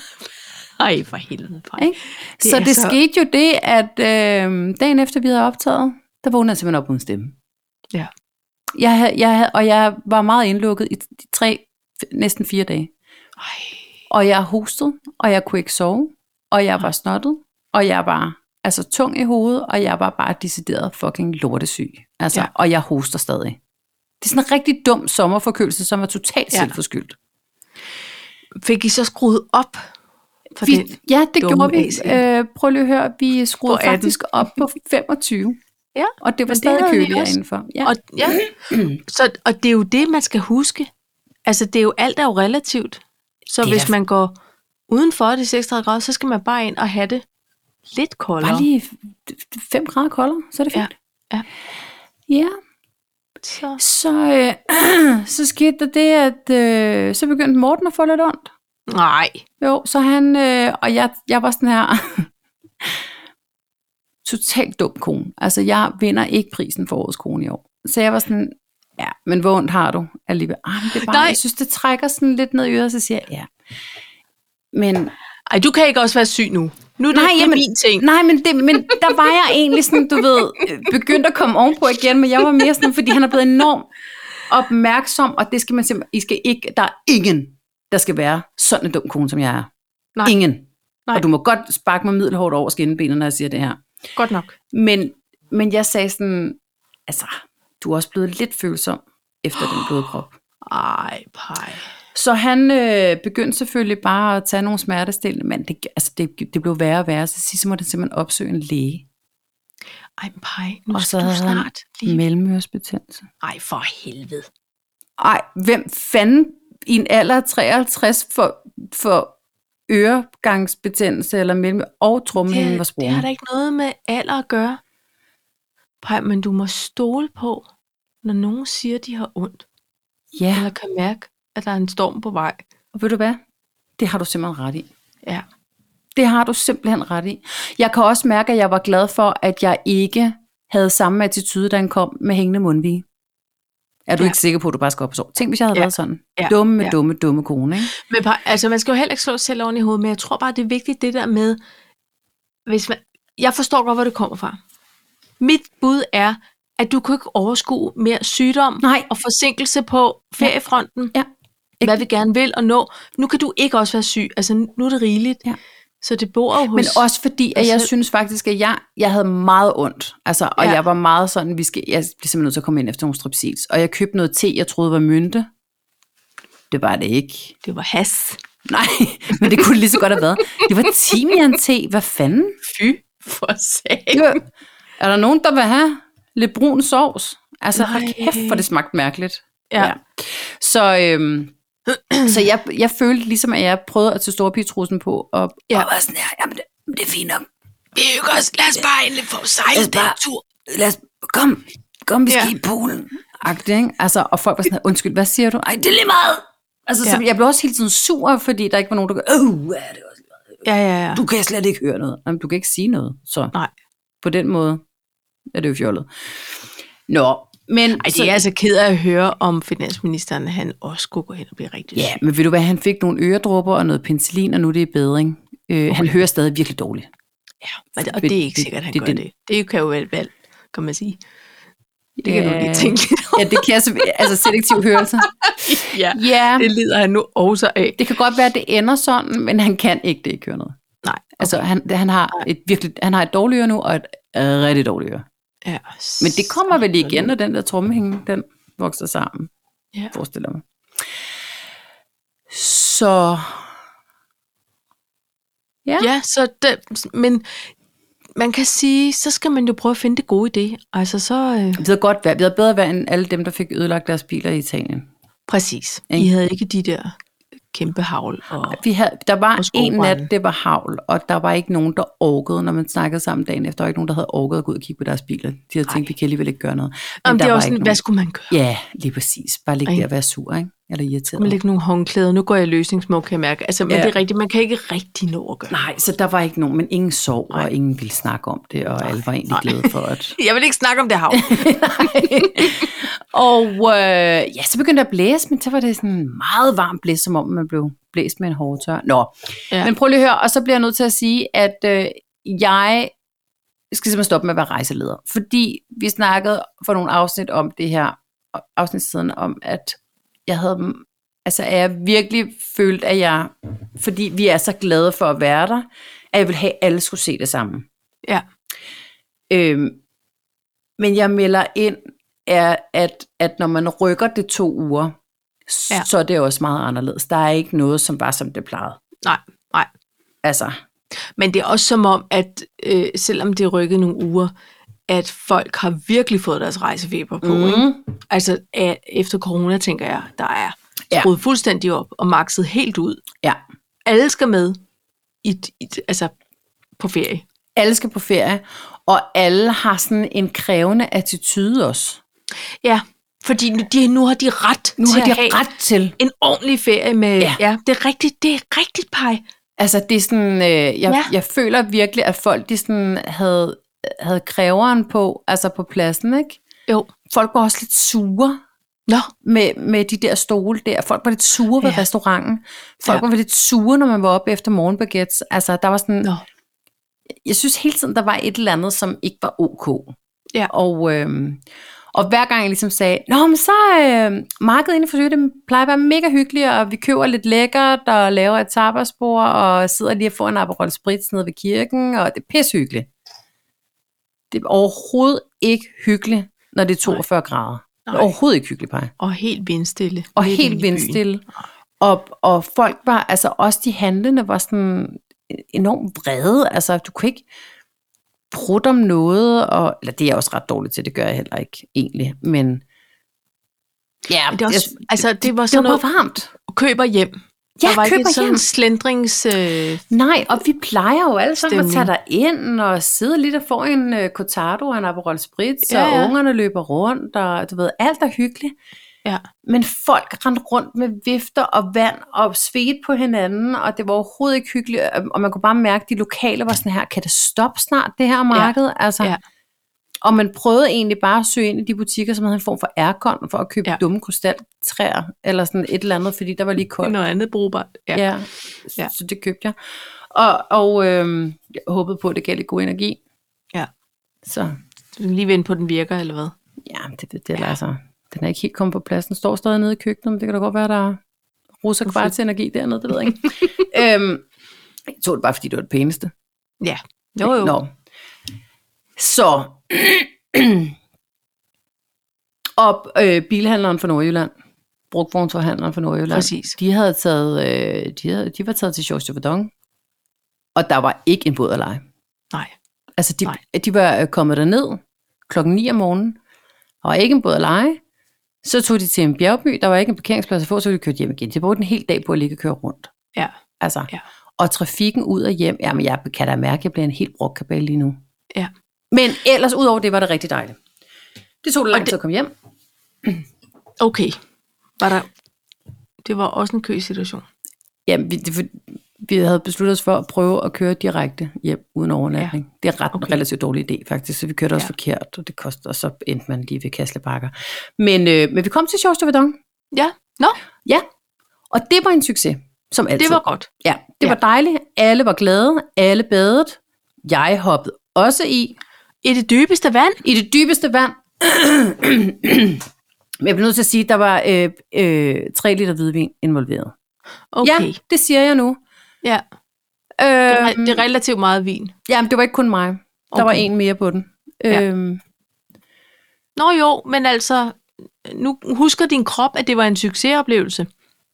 A: Ej, for helvede. Paj.
B: Ikke?
A: Det
B: så
A: er
B: det
A: så-
B: skete jo det, at øh, dagen efter vi havde optaget, der vågnede jeg simpelthen op uden stemme.
A: Ja.
B: Jeg havde, jeg havde, og jeg var meget indlukket i de tre, næsten fire dage.
A: Ej.
B: Og jeg hostede, og jeg kunne ikke sove, og jeg var snottet, og jeg var altså tung i hovedet, og jeg var bare decideret fucking lortesyg. Altså,
A: Ja.
B: ja. Og jeg hoster stadig. Det er sådan en rigtig dum sommerforkølelse, som er totalt
A: Ja.
B: ja. selvforskyldt.
A: Fik I så skruet op for
B: vi,
A: det?
B: Ja, det
A: dumme
B: gjorde vi.
A: AC.
B: Øh, prøv lige at høre, vi skruede
A: På 18.
B: faktisk op på 25.
A: Ja,
B: og
A: men
B: det var
A: det
B: stadig
A: havde vi
B: køligere
A: også.
B: indenfor. Ja.
A: Og, ja. så, og det er jo det, man skal huske. Altså, det er jo, alt er jo relativt. Så
B: Det er-
A: hvis man går udenfor de 36 grader, så skal man bare ind og have det lidt koldere.
B: Bare lige 5 grader koldere, så er det
A: Ja,
B: fint.
A: ja.
B: ja
A: Så,
B: så, øh, så skete der det, at øh, så begyndte Morten at få lidt ondt.
A: nej.
B: Jo, så han, øh, og jeg, jeg var sådan her, totalt dum kone. Altså, jeg vinder ikke prisen for årets kone i år. Så jeg var sådan, ja, men hvor ondt har du alligevel? Ah, men det er bare,
A: Nej.
B: jeg synes, det trækker sådan lidt ned i øret, så siger jeg, ja. Men
A: Ej, du kan ikke også være syg nu. Nu er det,
B: Nej,
A: nej, det er
B: jamen-
A: min ting.
B: Nej, men, det, men der var jeg egentlig sådan, du ved, øh, begyndt at komme ovenpå igen, men jeg var mere sådan, fordi han er blevet enormt opmærksom, og det skal man simpelthen, I skal ikke, der er ingen, der skal være sådan en dum kone, som jeg er.
A: Nej.
B: Ingen.
A: Nej.
B: Og du må godt sparke mig middelhårdt over skinnebenet, når jeg siger det her.
A: Godt nok.
B: Men, men jeg sagde sådan, altså, du er også blevet lidt følsom efter den blodprop.
A: Ej, pej.
B: Så han øh, begyndte selvfølgelig bare at tage nogle smertestillende, men det, altså, det, det blev værre og værre. Så sidst så måtte han simpelthen opsøge en læge.
A: Ej, men pej. Nu
B: Og så
A: skal du
B: havde han-
A: snart lige...
B: Mellemøresbetændelse.
A: Ej, for helvede.
B: Ej, hvem fanden i en alder af 53 for, for øregangsbetændelse eller mellem og trommehinden var
A: Det, det har
B: sprunget.
A: da ikke noget med alder at gøre. Pej, men du må stole på, når nogen siger, de har ondt,
B: Ja,
A: eller kan mærke, at der er en storm på vej.
B: og ved du hvad? Det har du simpelthen ret i.
A: Ja.
B: Det har du simpelthen ret i. Jeg kan også mærke, at jeg var glad for, at jeg ikke havde samme attitude, da han kom med hængende mundvige. Er du
A: Ja.
B: ja. ikke sikker på, at du bare skal op og sove? Tænk, hvis jeg havde
A: Ja.
B: ja. været sådan.
A: Ja.
B: Ja. Dumme,
A: Ja.
B: ja. dumme, dumme kone. Ikke?
A: Men Paj, altså, man skal jo heller ikke slå sig selv oven i hovedet, men jeg tror bare, det er vigtigt det der med, hvis man, jeg forstår godt, hvor det kommer fra. Mit bud er, at du kan ikke overskue mere sygdom
B: Nej.
A: og forsinkelse på feriefronten.
B: Ja.
A: hvad vi gerne vil og nå. Nu kan du ikke også være syg. Altså, nu er det rigeligt.
B: Ja.
A: Så det bor jo hos...
B: Men også fordi, at
A: os
B: jeg
A: selv.
B: synes faktisk, at jeg, jeg havde meget ondt. Altså, og
A: Ja.
B: ja. jeg var meget sådan, vi skal, jeg blev simpelthen nødt til at komme ind efter nogle strepsils. Og jeg købte noget te, jeg troede var mynte. Det var det ikke.
A: Det var has.
B: Nej, men det kunne det lige så godt have været. Det var timian te. Hvad fanden?
A: Fy for satan.
B: Det var, er der nogen, der vil have lidt brun sovs? Altså,
A: Nej.
B: hold kæft, for det smagte mærkeligt.
A: Ja.
B: Så, øhm, så jeg, jeg følte ligesom, at jeg prøvede at tage storpigetrusen på, og,
A: Ja.
B: ja. og var sådan her, jamen det, det er fint nok.
A: Vi hygger os. Lad os bare endelig få sejlet
B: den
A: tur.
B: Lad os, kom, kom, vi skal
A: Ja.
B: ja. i poolen. Agtig, ikke? Altså, og folk var sådan her, undskyld, hvad siger du? Ej, det er lige meget. Altså, ja. så
A: Ja.
B: jeg blev også hele tiden sur, fordi der ikke var nogen, der gør, øh, hvad er det også?
A: Ja, ja, ja.
B: du kan slet ikke høre noget. Jamen, du kan ikke sige noget. Så
A: Nej.
B: på den måde er det jo fjollet. Nå, men...
A: Ej, det er jeg altså ked af at høre om finansministeren, han også kunne gå hen og blive rigtig
B: Ja, men ved du hvad, han fik nogle øredrupper og noget penicillin, og nu er det i bedring. Øh, Han hører stadig virkelig dårligt.
A: Ja, og det, og det er ikke
B: Det-
A: sikkert, han det,
B: det-
A: gør
B: det-
A: det. Det kan jo være et valg, kan man sige. Det kan du lige tænke lidt over.
B: Øh, Ja, det kan jeg simpelthen- altså selektiv hørelse.
A: Ja,
B: Ja,
A: det lider han nu også af.
B: det kan godt være, at det ender sådan, men han kan ikke det ikke høre noget.
A: Nej,
B: Altså, han, han, har et virkelig, han har et dårligt øre nu, og et rigtig dårligt øre.
A: ja.
B: Men det kommer vel igen, når den der trommehænge, den vokser sammen,
A: Ja.
B: forestiller jeg mig. Så Ja.
A: Ja, så det, men man kan sige, så skal man jo prøve at finde det gode i det. Altså så, øh,
B: vi havde godt været, vi havde bedre været end alle dem, der fik ødelagt deres biler i Italien.
A: præcis. I
B: Ikke?
A: havde ikke de der kæmpe havl. Og,
B: Vi havde, der var
A: Og
B: en
A: skobrande.
B: nat, det var havl, og der var ikke nogen, der orkede, når man snakkede sammen dagen efter. Der var ikke nogen, der havde orket at gå ud og kigge på deres biler. De havde tænkt, vi kan alligevel ikke gøre noget. Men
A: Jamen,
B: der
A: det er
B: var
A: også
B: ikke
A: sådan, hvad skulle man gøre?
B: nogen. Ja, lige præcis. Bare ligge
A: Ej.
B: der og være sur, ikke? Eller
A: Skulle man
B: irriteret.
A: lægge nogle håndklæder? Nu går jeg i løsningsmål, kan jeg mærke. Altså, men
B: Ja.
A: det er rigtigt, man kan ikke rigtig nå at gøre.
B: Nej, så der var ikke nogen, men ingen sov,
A: Nej.
B: og ingen ville snakke om det, og alle var egentlig
A: Nej.
B: glade for, at
A: Jeg vil ikke snakke om det havl.
B: og øh, ja, så begyndte jeg at blæse, men så var det sådan en meget varm blæs, som om man blev blæst med en hårdtør. Nå,
A: Ja.
B: ja. men prøv lige at høre, og så bliver jeg nødt til at sige, at øh, jeg skal simpelthen stoppe med at være rejseleder, fordi vi snakkede for nogle afsnit om det her, afsnit siden om, at jeg havde, altså at jeg virkelig følte, at jeg, fordi vi er så glade for at være der, at jeg ville have, at alle skulle se det samme.
A: Ja.
B: Øhm, men jeg melder ind, er, at, at når man rykker det to uger,
A: Ja.
B: ja. så er det også meget anderledes. Der er ikke noget, som var som det plejede.
A: Nej, nej.
B: Altså,
A: Men det er også som om, at øh, selvom det er rykket nogle uger, at folk har virkelig fået deres rejsefeber på. Mm. Ikke? Altså af, efter corona, tænker jeg, der er
B: Ja.
A: skruet ja. fuldstændig op og makset helt ud.
B: Ja.
A: Alle skal med i, i, altså på ferie.
B: Alle skal på ferie, og alle har sådan en krævende attitude også.
A: Ja, fordi nu, de, nu har de ret
B: Nu
A: til
B: har de
A: at have
B: ret til.
A: en ordentlig ferie med...
B: Ja.
A: ja det er rigtigt, det er rigtigt, Paj.
B: Altså, det er sådan, øh, jeg,
A: Ja.
B: ja. jeg føler virkelig, at folk de sådan havde, havde kræveren på, altså på pladsen, ikke?
A: Jo.
B: Folk var også lidt sure.
A: Nå,
B: med, med de der stole der. Folk var lidt sure ved
A: Ja.
B: ja. restauranten. Folk
A: Ja.
B: ja. var lidt sure, når man var oppe efter morgenbaguettes. Altså, der var sådan...
A: Nå.
B: Jeg synes hele tiden, der var et eller andet, som ikke var ok.
A: Ja.
B: Og, øhm, og hver gang jeg ligesom sagde, Nå, men så øh, markedet inden for det plejer at være mega hyggeligt, og vi køber lidt lækkert, og laver et tapasbord, og sidder lige og får en Aperol Spritz nede ved kirken, og det er pissehyggeligt. Det er overhovedet ikke hyggeligt, når det er 42 grader. Det er
A: Nej.
B: overhovedet ikke hyggeligt, bare
A: og helt vindstille.
B: og
A: midt inde i
B: helt
A: byen.
B: vindstille. Og, og folk var, altså også de handlende var sådan enormt vrede. Altså, du kunne ikke prutte om noget, og, eller det er jeg også ret dårligt til, det gør jeg heller ikke egentlig, men ja,
A: Men Det, er også,
B: jeg,
A: altså, det var
B: det var
A: sådan
B: bare
A: noget,
B: varmt.
A: køber hjem.
B: Ja,
A: der var ikke
B: køber
A: et sådan
B: hjem.
A: slendrings... Øh,
B: Nej, og vi plejer jo alle sammen at tage
A: Stemning.
B: dig ind og sidde lidt og få en uh, cortado og en Aperol Spritz,
A: Ja,
B: ja,
A: ja.
B: og ungerne løber rundt, og du ved, alt er hyggeligt.
A: Ja.
B: Men folk rendte rundt med vifter og vand og svedte på hinanden, og det var overhovedet ikke hyggeligt, Øhm, og- og man kunne bare mærke, at de lokale var sådan her, kan det stoppe snart, det her marked? Ja. Altså,
A: Ja.
B: Og man prøvede egentlig bare at søge ind i de butikker, som havde en form for aircon, for at købe
A: Ja.
B: ja. dumme krystaltræer, eller sådan et eller andet, fordi der var lige koldt.
A: noget andet brugbart. Ja.
B: Ja.
A: Ja.
B: ja. Så det købte jeg. Og, og øhm, jeg håbede på, at det gav lidt god energi.
A: Ja.
B: Så
A: Du skal lige vente på, den virker, eller hvad?
B: ja, det, det, det ja. altså. Den er ikke helt kommet på plads. Den står stadig nede i køkkenet, men det kan da godt være, der russer kvarts energi dernede, det ved jeg ikke. øhm, jeg tog det bare, fordi det var det pæneste.
A: Ja. Jo, jo.
B: Nå. Så. Og øh, bilhandleren fra Nordjylland, brugvognsforhandleren fra Nordjylland,
A: Præcis.
B: de, havde taget, øh, de, havde, de var taget til Georges de Verdon, og der var ikke en båd at lege.
A: Nej.
B: Altså, de,
A: Nej.
B: de var øh, kommet derned klokken 9 om morgenen, og var ikke en båd at lege. Så tog de til en bjergby, der var ikke en parkeringsplads at få, så de kørte hjem igen. De brugte en hel dag på at ligge og køre rundt.
A: Ja.
B: Altså,
A: Ja.
B: Og trafikken ud og hjem, jamen jeg kan da mærke, at jeg bliver en helt brugt kabale lige nu.
A: Ja.
B: Men ellers, udover det, var det rigtig dejligt. Det tog det lang
A: Og
B: tid at komme hjem.
A: Okay. Var der... Det var også en køsituation.
B: Jamen, vi, det, for- vi havde besluttet os for at prøve at køre direkte hjem uden overnatning. Ja. Det er ret okay.
A: Okay.
B: relativt dårlig idé, faktisk. Så vi kørte også
A: Ja.
B: forkert, og det kostede, og så endte man lige ved Kaslebakker. Men, øh, men vi kom til Sjovs
A: Ja. Nå,
B: Ja, og det var en succes, som altid.
A: det var godt.
B: Ja, det
A: Ja.
B: var dejligt. Alle var glade. Alle badet. Jeg hoppede også i.
A: I det dybeste vand?
B: I det dybeste vand. Men jeg bliver nødt til at sige, at der var øh, øh, 3 liter hvidvin involveret.
A: Okay.
B: Ja, det siger jeg nu.
A: Ja. Det, er,
B: Øh,
A: det er relativt meget vin.
B: Jamen, det var ikke kun mig. Der
A: Okay.
B: var en mere på den.
A: Ja.
B: Øhm,
A: Nå jo, men altså, nu husker din krop, at det var en succesoplevelse.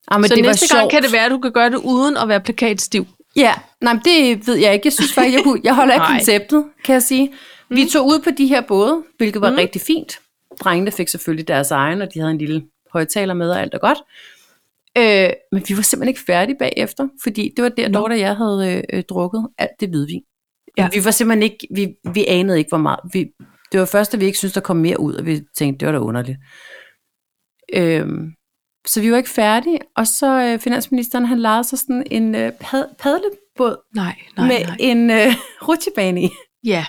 B: ah, men
A: så
B: det
A: næste
B: var
A: gang
B: sjovt.
A: kan det være, at du kan gøre det uden at være plakatstiv.
B: Ja, nej, men det ved jeg ikke. Jeg synes faktisk, jeg, kunne, jeg holder af
A: Nej.
B: konceptet, kan jeg sige. Vi tog ud på de her både, hvilket var
A: Mm.
B: mm. rigtig fint. Drengene fik selvfølgelig deres egen, og de havde en lille højtaler med, og alt er godt. Øh, men vi var simpelthen ikke færdige bagefter, fordi det var der,
A: Nå.
B: Dorte og jeg havde øh, øh, drukket alt det hvidvin.
A: Ja.
B: Ja. Vi var simpelthen ikke, vi, vi anede ikke, hvor meget. Vi, det var først, at vi ikke syntes, der kom mere ud, og vi tænkte, det var da underligt. Øhm, så vi var ikke færdige, og så øh, finansministeren, han lejede sig sådan en øh, pad, padlebåd
A: Nej, nej,
B: med
A: nej.
B: en øh, rutsjebane i.
A: Ja,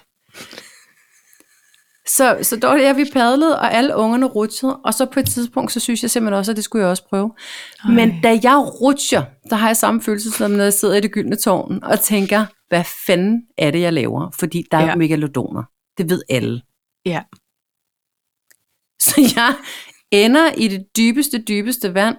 B: Så, så dårligt er vi padlede, og alle ungerne rutsjede, og så på et tidspunkt, så synes jeg simpelthen også, at det skulle jeg også prøve.
A: Ej.
B: Ej. Men da jeg rutsjer, der har jeg samme følelse, som når jeg sidder i det gyldne tårn og tænker, hvad fanden er det, jeg laver? Fordi der er
A: Ja.
B: ja. megalodoner. Det ved alle.
A: Ja.
B: Så jeg ender i det dybeste, dybeste vand,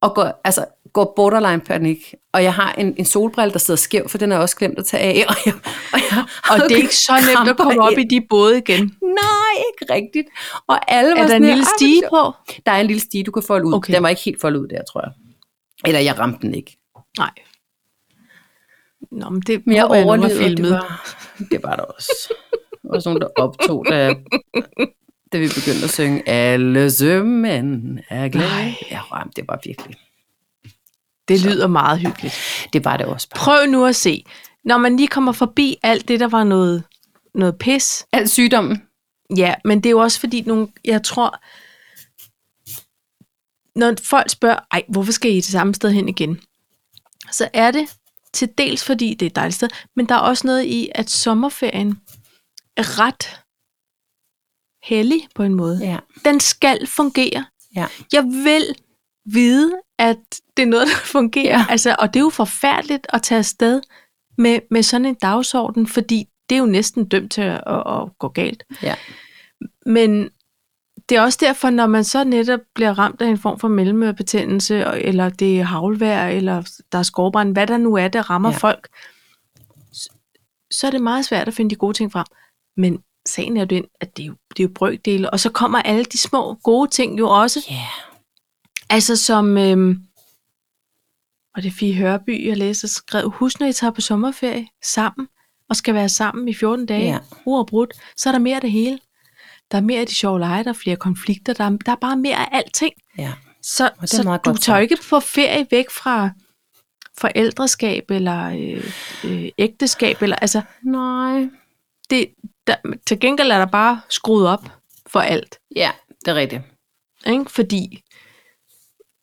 B: og går, altså, går borderline panik. Og jeg har en, en solbrille, der sidder skæv, for den er jeg også glemt at tage af. Og, jeg, og, jeg,
A: og det er ikke så nemt at
B: kramper
A: komme op i de både igen.
B: Nej, ikke rigtigt. Og alle var
A: Er der
B: sådan
A: en
B: her,
A: lille
B: "Ej, hvor
A: stige
B: sjovt."
A: på?
B: Der er en lille stige, du kan folde ud.
A: Okay.
B: Okay. Den var ikke helt foldet ud der, tror jeg. Eller jeg ramte den ikke.
A: Nej. Nå, men det
B: Men jeg
A: håber jeg nu var
B: overlevede.
A: filmet.
B: Det var, det var der også. Der var også nogen, der optog, da, da vi begyndte at synge Alle sømænd er glade.
A: Nej.
B: Ja, jamen, det var virkelig.
A: Det lyder meget hyggeligt.
B: Det var det også bare.
A: Prøv nu at se. Når man lige kommer forbi alt det, der var noget, noget pis.
B: Al sygdommen.
A: Ja, men det er jo også fordi, nogle, jeg tror, når folk spørger, ej, hvorfor skal I det samme sted hen igen? Så er det til dels fordi, det er et dejligt sted, men der er også noget i, at sommerferien er ret hellig på en måde.
B: Ja.
A: Den skal fungere.
B: Ja.
A: Jeg vil vide, at det er noget, der fungerer.
B: Ja.
A: Altså, og det er jo forfærdeligt at tage afsted med, med sådan en dagsorden, fordi det er jo næsten dømt til at, at, at gå galt.
B: Ja.
A: Men det er også derfor, når man så netop bliver ramt af en form for mellemørebetændelse, og- eller det er havlvejr, eller der er skovbrand, hvad der nu er, der rammer ja.
B: Ja.
A: folk, s- så er det meget svært at finde de gode ting frem. Men sagen er jo den, at det er jo, det er jo brøkdele, og så kommer alle de små gode ting jo også.
B: Yeah.
A: Altså som, øhm, og det er Fie Hørby, jeg læste, der skrev, husk når I tager på sommerferie sammen, og skal være sammen i 14 dage, ja.
B: Ja.
A: uafbrudt, så er der mere af det hele. Der er mere af de sjove lege, der er flere konflikter, der er, der er bare mere af alting.
B: Ja.
A: Så,
B: er
A: så
B: meget
A: du
B: godt
A: tager jo
B: sagt.
A: ikke på ferie væk fra forældreskab eller øh, øh, ægteskab. Eller, altså,
B: Nej.
A: det, der, til gengæld er der bare skruet op for alt.
B: Ja, det er rigtigt.
A: Ikke? Fordi,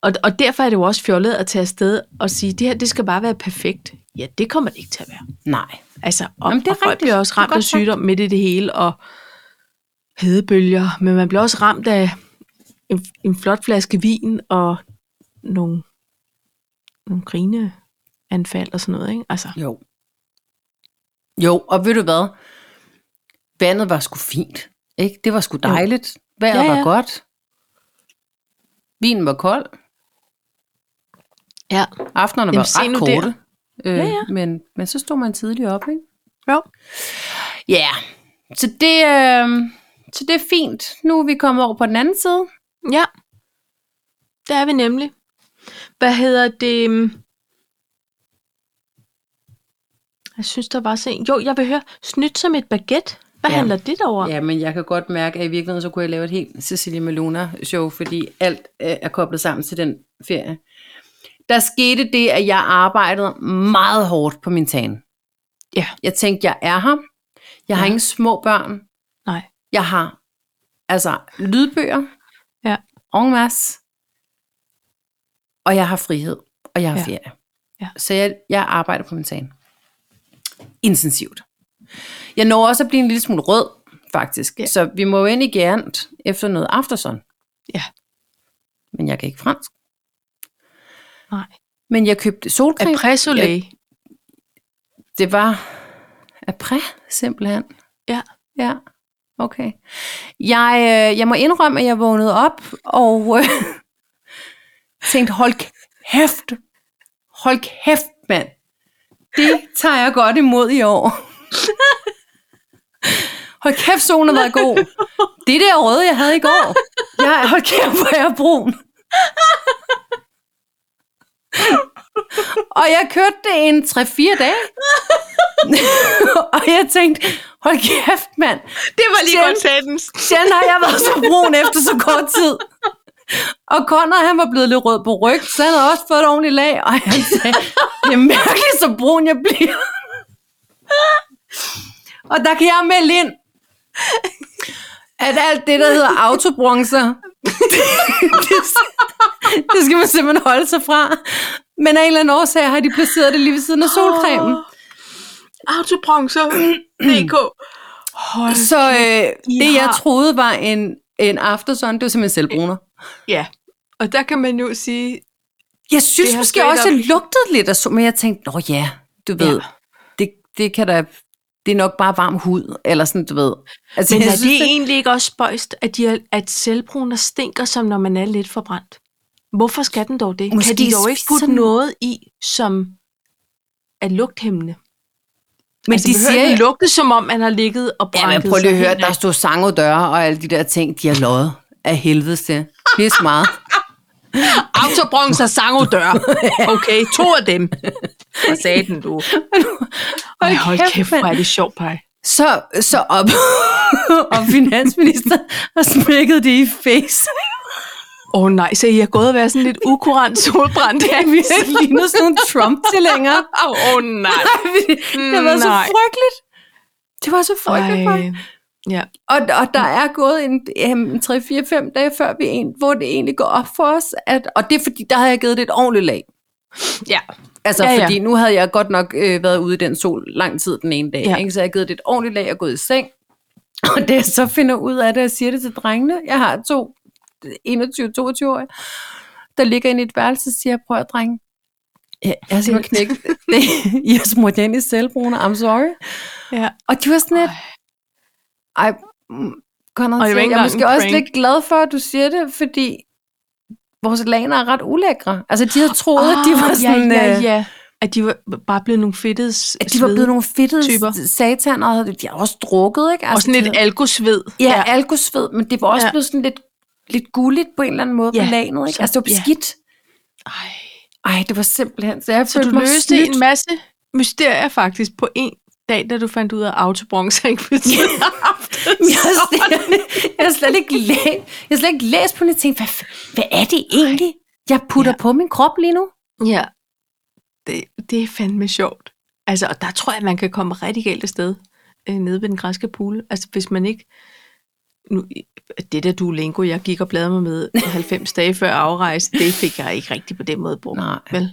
A: og, og derfor er det jo også fjollet at tage afsted og sige, det her det skal bare være perfekt. Ja, det kommer det ikke til at være.
B: Nej.
A: Altså, og, Jamen,
B: Jamen,
A: det
B: det er
A: og folk
B: rigtigt.
A: bliver også
B: Det er
A: ramt
B: godt
A: af
B: sagt.
A: sygdom midt i det hele, og hedebølger, men man bliver også ramt af en, en flot flaske vin og nogle, nogle grineanfald og sådan noget. Ikke? Altså,
B: Jo. Jo, og ved du hvad? Vandet var sgu fint. Ikke? Det var sgu dejligt. Vejret
A: Ja,
B: ja,
A: ja.
B: ja. var godt. Vinen var kold.
A: Ja.
B: Aftenerne
A: Jamen,
B: var
A: se
B: ret
A: nu
B: korte. Øh,
A: Ja, ja.
B: Men, men så stod man tidligt op, ikke?
A: Jo.
B: Ja, yeah. så, det, øh, så det er fint. Nu er vi kommet over på den anden side.
A: Ja, der er vi nemlig. Hvad hedder det? øhm? Jeg synes, der var så en. Jo, jeg vil høre, snydt som et baguette. Hvad
B: Ja.
A: ja. handler det derovre? Ja.
B: Ja, men jeg kan godt mærke, at i virkeligheden så kunne jeg lave et helt Cecilie Meluna-show, fordi alt øh, er koblet sammen til den ferie. Der skete det, at jeg arbejdede meget hårdt på min tan.
A: Ja.
B: Jeg tænkte, jeg er her. Jeg har
A: Ja.
B: ingen små børn.
A: Nej.
B: Jeg har altså lydbøger.
A: Ja.
B: En masse. Og jeg har frihed. Og jeg har
A: Ja.
B: ferie.
A: Ja.
B: Så jeg, jeg arbejder på min tan. Intensivt. Jeg når også at blive en lille smule rød, faktisk.
A: Ja.
B: Så vi må jo ind i gærent efter noget aftersun.
A: Ja.
B: Men jeg kan ikke fransk.
A: Nej.
B: Men jeg købte solcreme.
A: Appressolé.
B: Det var après, simpelthen.
A: Ja.
B: Ja, okay. Jeg, øh, jeg må indrømme, at jeg vågnede op og øh, tænkte, hold kæft, hold kæft, mand. Det tager jeg godt imod i år. Hold kæft, solen har været god. Det der røde, jeg havde i går. Jeg, hold kæft, hvor er jeg brun. Og jeg kørte det en 3-4 dage. og jeg tænkte, hold kæft, mand.
A: Det var
B: lige godt
A: satens.
B: Sjældent har jeg været så brun efter så kort tid. Og Conrad, han var blevet lidt rød på ryg, så han havde også fået et ordentligt lag, og han sagde, det er mærkeligt, så brun jeg bliver. Og der kan jeg melde ind, at alt det, der hedder autobronzer, det, det skal man simpelthen holde sig fra. Men af en eller anden årsag har de placeret det lige ved siden af solcremen.
A: Autobronzer. DK. Hold.
B: Så øh,
A: I
B: det, jeg
A: har-
B: troede var en, en aftersun, det var simpelthen selvbruner.
A: Ja. Og der kan man jo sige,
B: Jeg synes
A: Det har
B: måske
A: straight
B: også,
A: up-
B: at lugtede lidt af sol, men jeg tænkte, nå ja, du ved,
A: Ja.
B: det, det kan da, det er nok bare varm hud, eller sådan, du ved. Altså,
A: men
B: jeg
A: er det
B: synes,
A: egentlig ikke også spøjst, at, de er, at selvbruner stinker, som når man er lidt forbrændt? Hvorfor skal den dog det?
B: Måske
A: kan de dog ikke
B: spiser
A: putte
B: den-
A: noget i, som er lugthæmmende?
B: men
A: altså,
B: de
A: det behøver
B: siger,
A: ikke lugte, som om man har ligget og
B: ja,
A: brændt
B: men prøv lige at høre, der stod sang og døre, og alle de der ting, de har løjet af helvede til. Pis meget.
A: Autobronzer sangodør. Okay, to af dem. Hvad sagde den, du? Ej, hold kæft, hvor er
B: mand.
A: det sjovt, Paj.
B: Så, så op, og finansminister har smækket det i face.
A: Åh oh, nej, så I har gået og været sådan lidt ukurant solbrændt her.
B: Vi ligner sådan nogle Trump-tillængere.
A: Åh oh, nej.
B: det var så
A: Mm, Nej.
B: frygteligt. Det var så frygteligt. Ej.
A: Ej. Ja.
B: Og, og der er gået en, en 3-4-5 dage før vi en, hvor det egentlig går op for os. At, og det er fordi, der havde jeg givet det et ordentligt lag.
A: ja.
B: Altså ja,
A: Ja,
B: ja.
A: ja.
B: fordi nu havde jeg godt nok øh, været ude i den sol lang tid den ene dag. Ja.
A: Ja.
B: Ikke? Så jeg havde givet det et ordentligt lag og gået i seng. Og det jeg så finder ud af det, jeg siger det til drengene. Jeg har to 21-22-årige, der ligger inde i et værelse, så siger jeg, prøv at drenge. Ja, jeg har simpelthen knækket. I har smurt jer ind i selvbruner. I'm sorry.
A: ja.
B: Og de var sådan lidt, ej, mm, Conrad
A: Og det var
B: siger,
A: ikke
B: jeg er
A: engang
B: måske
A: en
B: også
A: prank."
B: lidt glad for, at du siger det, fordi vores laner er ret ulækre. Altså, de havde troet, at de var
A: Ah,
B: sådan...
A: Ja, ja,
B: øh,
A: ja. At de var bare blevet nogle fedtede s-
B: At de var blevet nogle fedtede
A: typer.
B: typer. sataner, og de har også drukket, ikke? Altså,
A: Og sådan
B: de
A: lidt
B: havde-
A: alkosved.
B: Ja, ja. alkosved, men det var også ja.
A: Ja.
B: blevet sådan lidt, lidt gulligt på en eller anden måde ja.
A: Ja,
B: på lanet, ikke?
A: så-
B: Altså, det var
A: ja.
B: beskidt.
A: Ej.
B: Ej, det var simpelthen... Så, jeg
A: Så
B: følte
A: du
B: mig
A: løste
B: snydt.
A: en masse mysterier faktisk på en dag, da du fandt ud af at autobronzer ikke betyder
B: Jeg har slet, jeg har slet ikke læst, jeg har slet ikke læst på det. Jeg tænkte, hvad, f- hvad er det egentlig, jeg putter ja. på min krop lige nu?
A: Ja. Det, det er fandme sjovt. Altså, og der tror jeg, man kan komme rigtig galt afsted øh, nede ved den græske pool. Altså, hvis man ikke... Nu, det der Duolingo, jeg gik og bladrede mig med 90 dage før afrejse, det fik jeg ikke rigtig på den måde brugt.
B: Nej.
A: Vel?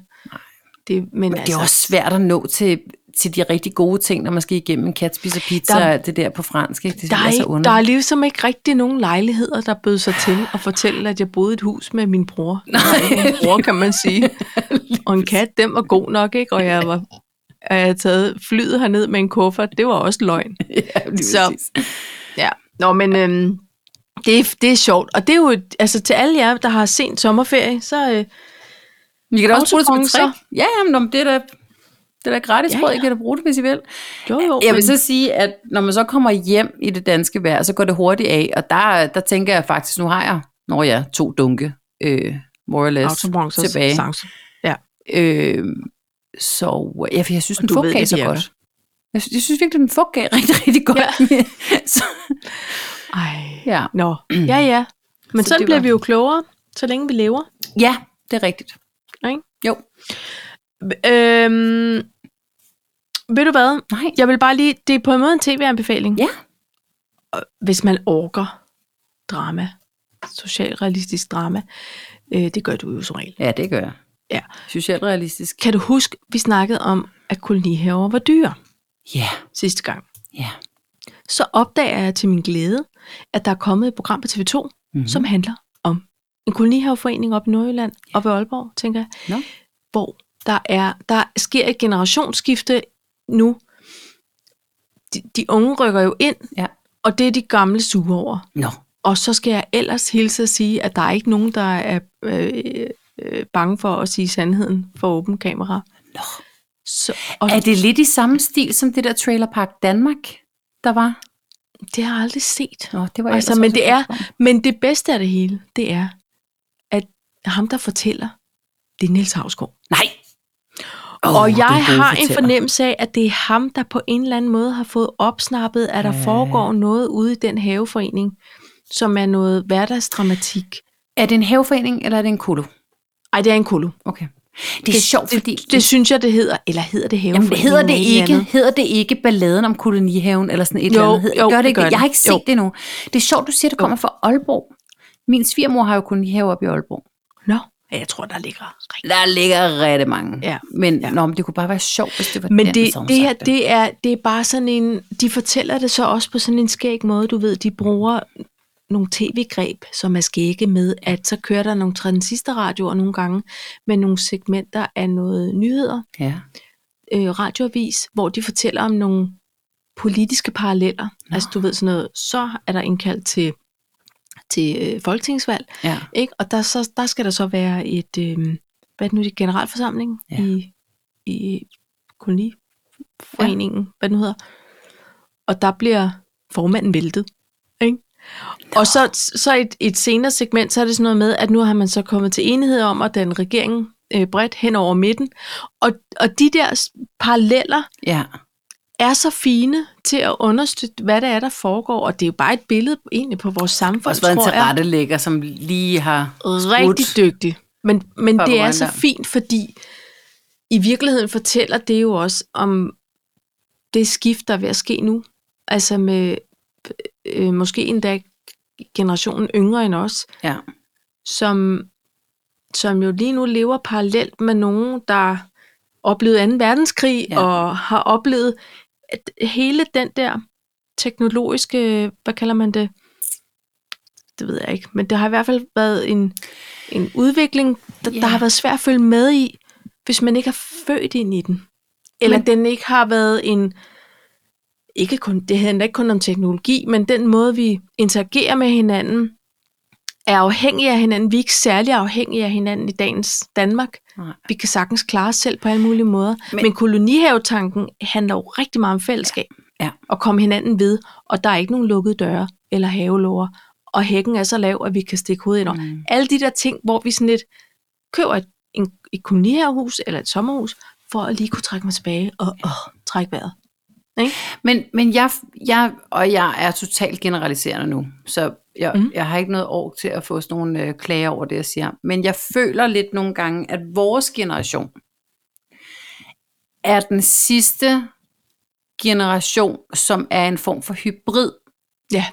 A: Det, men, altså, men
B: Men det er også svært at nå til, til de rigtig gode ting, når man skal igennem en kat spiser pizza,
A: Der-
B: der, det der på fransk. Ikke? Det
A: Der
B: er
A: er,
B: så
A: ikke, der er
B: underligt.
A: ligesom ikke rigtig nogen lejligheder, der bød sig til at fortælle, at jeg boede i et hus med min bror. Nej. Min bror, kan man sige. Og en kat, den var god nok, ikke? Og jeg var og jeg havde taget flyet herned med en kuffert. Det var også løgn.
B: Ja, lige
A: så-
B: præcis.
A: Ja. Nå, men øhm, det, er, det er sjovt. Og det er jo, et- altså til alle jer, der har sent sommerferie, så, øh,
B: Vi kan da også bruge det som et
A: Autoponcer.
B: trick. Ja, jamen, nå, men det er da, det er da gratis
A: Ja,
B: ja, ja.
A: ja.
B: I kan da bruge det, hvis I vil.
A: Jo, jo,
B: Jeg
A: men-
B: vil så sige, at når man så kommer hjem i det danske vejr, så går det hurtigt af, og der, der tænker jeg faktisk, nu har jeg, når jeg to dunke, øh, more or less,
A: Autobronzers
B: tilbage.
A: chance.
B: Øh, så ja, for jeg synes,
A: Og
B: den
A: du ved,
B: fugtgav
A: det
B: så
A: virker.
B: godt. Jeg synes, jeg synes virkelig, den fugtgav rigtig, rigtig godt. Ja. så,
A: Ej.
B: ja.
A: Nå, ja ja. Men så
B: Så
A: sådan
B: det
A: bliver
B: var-
A: vi jo klogere, så længe vi lever.
B: ja, det er rigtigt.
A: Øhm, ved du hvad?
B: Nej.
A: Jeg vil bare lige, det er på en måde en tv-anbefaling.
B: Ja.
A: Og Hvis man orker drama, socialrealistisk drama, øh, det gør du jo som regel.
B: Ja, det gør jeg.
A: Ja.
B: Socialt realistisk.
A: Kan du huske, vi snakkede om, at kolonihaver var dyre
B: Ja,
A: sidste gang?
B: ja.
A: Så opdager jeg til min glæde, at der er kommet et program på TV2, mm-hmm.
B: Mm-hmm.
A: som handler om en kolonihaveforening op i Nordjylland, ja. op i Aalborg, tænker jeg.
B: Nå.
A: Hvor der, er, der sker et generationsskifte nu. De, de unge rykker jo ind,
B: Ja.
A: og det er de gamle sure over.
B: Nå.
A: Og så skal jeg ellers hilse at sige, at der er ikke nogen, der er øh, øh, bange for at sige sandheden for åben kamera.
B: Nå.
A: Så, og
B: Er det lidt i samme stil som det der Trailer Park Danmark, der var?
A: det har jeg aldrig set.
B: Nå, det var
A: Altså,
B: ellers
A: men
B: også
A: det
B: et
A: er-
B: program.
A: Men det bedste af det hele, det er, at ham, der fortæller, det er Niels Havsgaard.
B: Nej.
A: Oh, og
B: du
A: jeg
B: gode
A: har en
B: fortæller.
A: fornemmelse af, at det er ham, der på en eller anden måde har fået opsnappet, at der
B: Ja.
A: foregår noget ude i den haveforening, som er noget hverdagsdramatik.
B: Er det en haveforening, eller er det en kolo?
A: Ej, det er en kolo.
B: Okay. Det er det, sjovt, fordi...
A: Det synes jeg, det hedder. Eller hedder det
B: jamen,
A: haveforening?
B: hedder det
A: eller et
B: ikke,
A: eller andet?
B: hedder det ikke balladen om kolonihaven, eller sådan et eller
A: Jo,
B: andet? Hed-
A: jo,
B: gør det
A: det
B: ikke?
A: gør det.
B: Jeg har ikke set
A: Jo.
B: det endnu. Det er sjovt, du siger, det
A: Jo.
B: kommer fra Aalborg. Min svigermor har jo kolonihave oppe i Aalborg.
A: Nå, ja, jeg tror, der ligger rigtig.
B: Der ligger rigtig mange.
A: Ja.
B: Men,
A: Ja.
B: Nå, men det kunne bare være sjovt, hvis det var
A: Men
B: den,
A: det,
B: der havde
A: det her,
B: sagt
A: det er, det er bare sådan en... De fortæller det så også på sådan en skæg måde. Du ved, de bruger nogle tv-greb, som er skægge med, at så kører der nogle transistorradioer nogle gange med nogle segmenter af noget nyheder,
B: Ja.
A: øh, radioavis, hvor de fortæller om nogle politiske paralleller.
B: Nå.
A: Altså du ved sådan noget, så er der indkaldt til, til øh, folketingsvalg,
B: ja.
A: ikke? Og der, så, der skal der så være et, øh, hvad er det nu, det er generalforsamling
B: Ja.
A: ja. i, i koloniforeningen, ja. hvad den hedder. Og der bliver formanden væltet. Ikke? Og så, så et, et senere segment, så er det sådan noget med, at nu har man så kommet til enighed om at danne regeringen øh, bredt hen over midten. Og, og de der s- paralleller
B: Ja.
A: er så fine til at understøtte, hvad det er, der foregår. Og det er jo bare et billede egentlig på vores
B: Og
A: samfund,
B: også været en
A: tror jeg
B: tilrettelægger, som lige har
A: rigtig
B: skudt.
A: dygtig. Men, men
B: Før
A: det er
B: Rwanda.
A: så fint, fordi i virkeligheden fortæller det jo også om det skift, der er ved at ske nu. Altså med øh, måske endda generationen yngre end os,
B: Ja.
A: som, som jo lige nu lever parallelt med nogen, der oplevede 2. verdenskrig
B: Ja.
A: ja. og har oplevet at hele den der teknologiske, hvad kalder man det? Det ved jeg ikke, men det har i hvert fald været en, en udvikling, der,
B: Ja.
A: yeah. der har været svært at følge med i, hvis man ikke er født ind i den. Eller
B: Men-
A: men, den ikke har været en, ikke kun, det handler ikke kun om teknologi, men den måde, vi interagerer med hinanden, er afhængige af hinanden. Vi er ikke særlig afhængige af hinanden i dagens Danmark.
B: Nej.
A: Vi kan sagtens klare os selv på alle mulige måder.
B: Men-
A: Men, Men kolonihavetanken handler jo rigtig meget om fællesskab.
B: Ja.
A: Og komme hinanden ved. Og der er ikke nogen lukkede døre eller havelåger. Og hækken er så lav, at vi kan stikke hovedet ind over. Mm.
B: Mm.
A: Alle de der ting, hvor vi sådan lidt køber et, en, et kolonihavehus eller et sommerhus, for at lige kunne trække mig tilbage og åh, trække vejret.
B: Men, men jeg, jeg, og jeg er totalt generaliserende nu, så jeg, mm.
A: Mhm.
B: jeg har ikke noget år til at få sådan nogle øh, klager over det, jeg siger. Men jeg føler lidt nogle gange, at vores generation er den sidste generation, som er en form for hybrid.
A: Ja,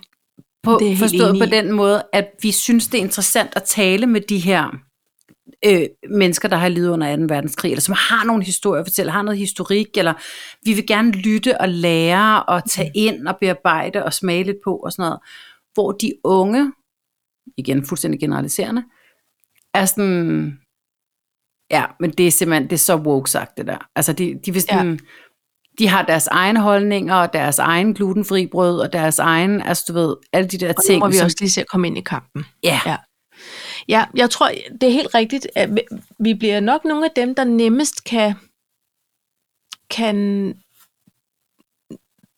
B: På,
A: det er jeg helt
B: forstået
A: enig
B: på
A: i.
B: den måde, at vi synes, det er interessant at tale med de her øh, mennesker, der har levet under 2. verdenskrig, eller som har nogle historier at fortælle, har noget historik, eller vi vil gerne lytte og lære og
A: Mm.
B: tage ind og bearbejde og smage lidt på og sådan noget. Hvor de unge, igen fuldstændig generaliserende, er sådan, ja, men det er simpelthen, det er så woke sagt det der. Altså de, de vil sådan, ja. de har deres egne holdninger, og deres egen glutenfri brød, og deres egen, altså du ved, alle de der
A: Og nu
B: ting.
A: må vi
B: som-
A: også lige se at komme ind i kampen.
B: Ja. ja.
A: Ja. Ja, jeg tror, det er helt rigtigt. At vi- vi bliver nok nogle af dem, der nemmest kan... kan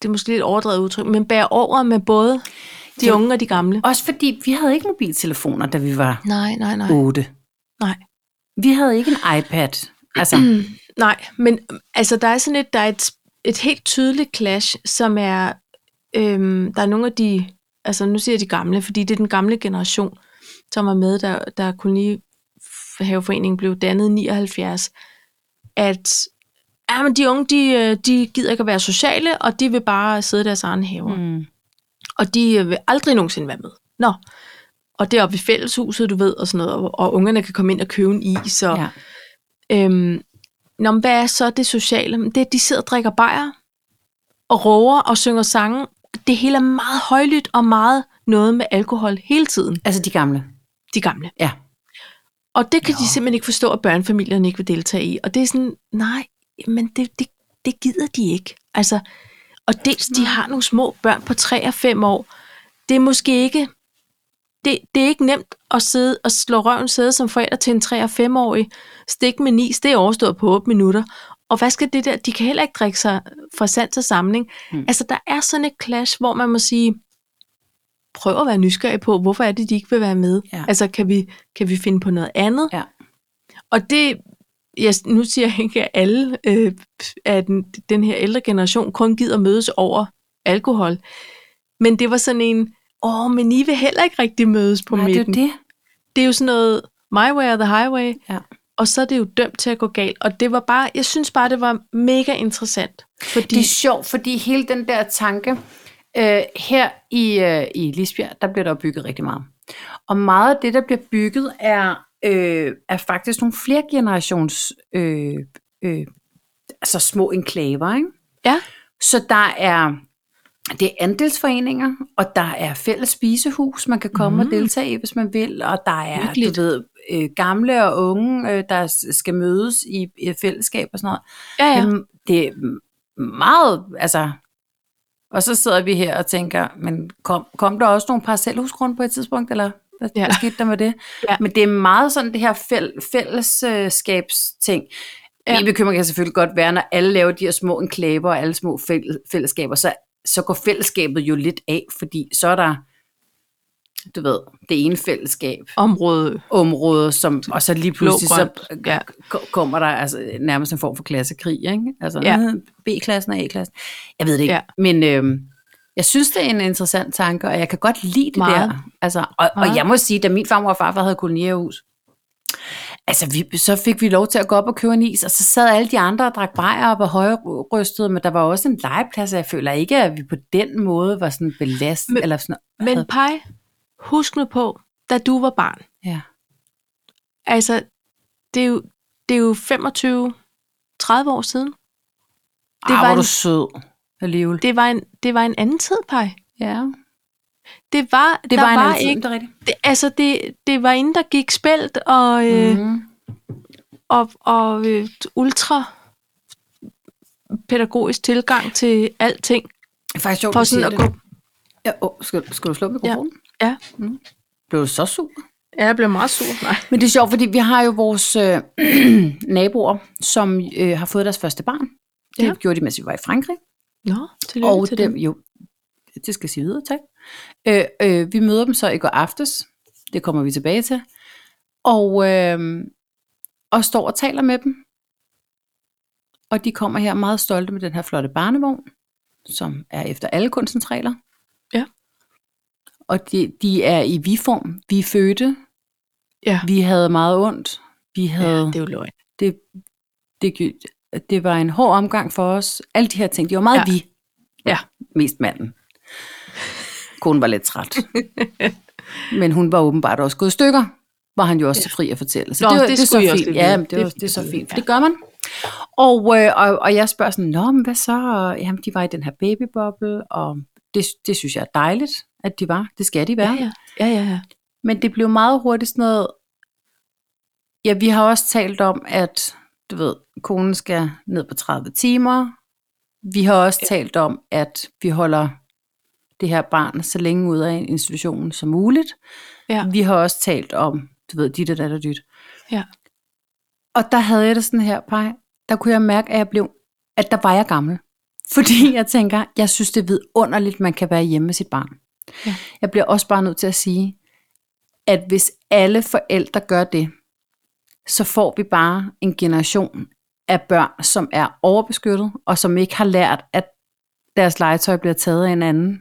A: det er måske lidt overdrevet udtryk, men bære over med både de
B: Jo.
A: unge og de gamle.
B: Også fordi vi havde ikke mobiltelefoner, da vi var
A: Nej, nej, nej.
B: 8.
A: Nej.
B: Vi havde ikke en iPad. Altså,
A: Nej, men øhm, altså, der er sådan et, der er et, et helt tydeligt clash, som er, øhm, der er nogle af de, altså nu siger jeg de gamle, fordi det er den gamle generation, som er med, der, der kolonihaveforeningen blev dannet i 79, at ja, men de unge, de, øh, de gider ikke at være sociale, og de vil bare sidde i deres egen haver. Mm.
B: mm,
A: Og de øh, vil aldrig nogensinde være med. Nå. Og det er oppe i fælleshuset, du ved, og sådan noget, og, og ungerne kan komme ind og købe en is, og
B: ja.
A: Øhm, nå, men hvad er så det sociale? Men Det er, at de sidder og drikker bajer, og råger og synger sange. Det hele er meget højlydt og meget noget med alkohol hele tiden,
B: Altså de gamle.
A: de gamle.
B: Ja.
A: Og det kan
B: Nå.
A: de simpelthen ikke forstå, at børnefamilierne ikke vil deltage i. Og det er sådan, nej, men det, det, det gider de ikke. Altså, og dels, de har nogle små børn på 3 og 5 år. Det er måske ikke... Det, det er ikke nemt at sidde og slå røven sæde som forælder til en 3 og 5-årig. Stik med nis, det er overstået på 8 minutter. Og hvad skal det der? De kan heller ikke drikke sig fra sand til samling.
B: Mm.
A: Mm. Altså, der er sådan et clash, hvor man må sige, prøv at være nysgerrig på, hvorfor er det, de ikke vil være med?
B: Ja.
A: Altså, kan vi, kan vi finde på noget andet?
B: Ja.
A: Og det, jeg, nu siger jeg ikke, at alle øh, at den, den her ældre generation kun gider mødes over alkohol. Men det var sådan en, åh, men I vil heller ikke rigtig mødes på
B: Nej, det er
A: midten.
B: jo
A: Det.
B: det.
A: det er jo sådan noget, my way or the highway.
B: Ja.
A: Og så er det jo dømt til at gå galt. Og det var bare, jeg synes bare, det var mega interessant. Fordi,
B: Det er sjovt, fordi hele den der tanke, øh, her i, øh, i Lisbjerg, der bliver der bygget rigtig meget. Og meget af det, der bliver bygget, er, øh, er faktisk nogle flere generations øh, øh, altså små enklaver. Ikke?
A: ja,
B: Så der er, det er andelsforeninger, og der er fælles spisehus, man kan komme mm. og deltage i, hvis man vil, og der er,
A: Hyggeligt.
B: du ved, øh, gamle og unge, øh, der s- skal mødes i, i fællesskab og sådan noget.
A: ja, ja.
B: Jamen, Øhm, det er meget, altså... Og så sidder vi her og tænker, men kom, kom der også nogle parcelhusgrunde på et tidspunkt, eller hvad, ja.
A: Ja.
B: hvad skete der med det?
A: Ja.
B: Men det er meget sådan det her fæl, fællesskabsting. Ja.
A: Ja.
B: Min bekymring kan selvfølgelig godt være, når alle laver de her små enklaver og alle små fæl, fællesskaber, så, så går fællesskabet jo lidt af, fordi så er der, du ved, det ene fællesskab,
A: Område.
B: område, som, og så lige pludselig så
A: grønt, ja.
B: k- kommer der altså, nærmest en form for klassekrig, ikke? Altså
A: Ja.
B: øh, B-klassen og A-klassen. Jeg ved det ikke, ja.
A: Ja.
B: men øhm, jeg synes, det er en interessant tanke, og jeg kan godt lide det
A: Meget.
B: der. Altså, og, og
A: Meget.
B: jeg må sige, da min farmor og farfar havde kolonierhus, altså vi, så fik vi lov til at gå op og købe en is, og så sad alle de andre og drak bajer op og højrystede, men der var også en legeplads, og jeg føler ikke, at vi på den måde var sådan belastet.
A: Men-
B: eller sådan,
A: Men Paj, husk nu på, da du var barn,
B: ja.
A: Altså, det er jo, det er jo 25-30 år siden.
B: det Arh,
A: var
B: var, var
A: en-
B: du sød alligevel.
A: Det var en, det var en anden tid, Paj.
B: Ja.
A: Det var,
B: Det
A: der
B: var en
A: var
B: anden tid,
A: ikke,
B: det er rigtigt.
A: det, altså det, det var inden der gik spældt og, øh, mm.
B: Mm.
A: og, og øh, ultra pædagogisk tilgang til alting.
B: Det er faktisk sjovt,
A: For
B: du siger
A: sådan at
B: det.
A: gå,
B: Ja, åh, skal, skal du slukke mikrofonen? Mm.
A: ja.
B: Blev du så sur?
A: ja, jeg blev meget sur. Nej.
B: Men det er sjovt, fordi vi har jo vores øh, naboer, som øh, har fået deres første barn. Det ja.
A: Ja.
B: gjorde de, mens vi var i Frankrig.
A: Nå, tillykke
B: og
A: til
B: dem,
A: dem.
B: jo, det skal jeg sige videre, tak. Øh, øh, vi møder dem så i går aftes. Det kommer vi tilbage til. Og, øh, og står og taler med dem. Og de kommer her meget stolte med den her flotte barnevogn, som er efter alle kunstens regler.
A: Ja.
B: Og de, de er i vi-form. Vi er fødte.
A: Ja.
B: Vi havde meget ondt. Vi havde
A: Ja, det er jo løgn.
B: det, det, gy- det var en hård omgang for os. Alle de her ting, de var meget
A: Ja.
B: ja. vi.
A: Ja.
B: Mest manden. Konen var lidt træt. Men hun var åbenbart også gået i stykker, var han jo også ja. fri at fortælle. Så
A: Nå,
B: det, var-
A: det
B: det er så
A: skulle I også
B: fint.
A: lige
B: Ja,
A: vide.
B: men det,
A: Det
B: det, var,
A: fik
B: det er
A: jeg
B: så
A: vide,
B: fint, for
A: ja.
B: det gør man. Og, øh, og, og jeg spørger sådan, Nå, men hvad så? Og, Jamen, de var i den her babyboble, og det, det synes jeg er dejligt, at de var. Det skal de være.
A: Ja, ja. ja, ja, ja.
B: Men det blev meget hurtigt sådan noget... Ja, vi har også talt om, at du ved, konen skal ned på 30 timer. Vi har også ja. talt om, at vi holder det her barn så længe ud af institutionen som muligt.
A: Ja.
B: Vi har også talt om, du ved, dit og dat og dit.
A: Ja.
B: Og der havde jeg det sådan her, Paj, der kunne jeg mærke, at jeg blev, at der var jeg gammel. Fordi jeg tænker, jeg synes det er vidunderligt, man kan være hjemme med sit barn.
A: Ja.
B: Jeg bliver også bare nødt til at sige, at hvis alle forældre gør det, så får vi bare en generation af børn, som er overbeskyttet, og som ikke har lært, at deres legetøj bliver taget af en anden.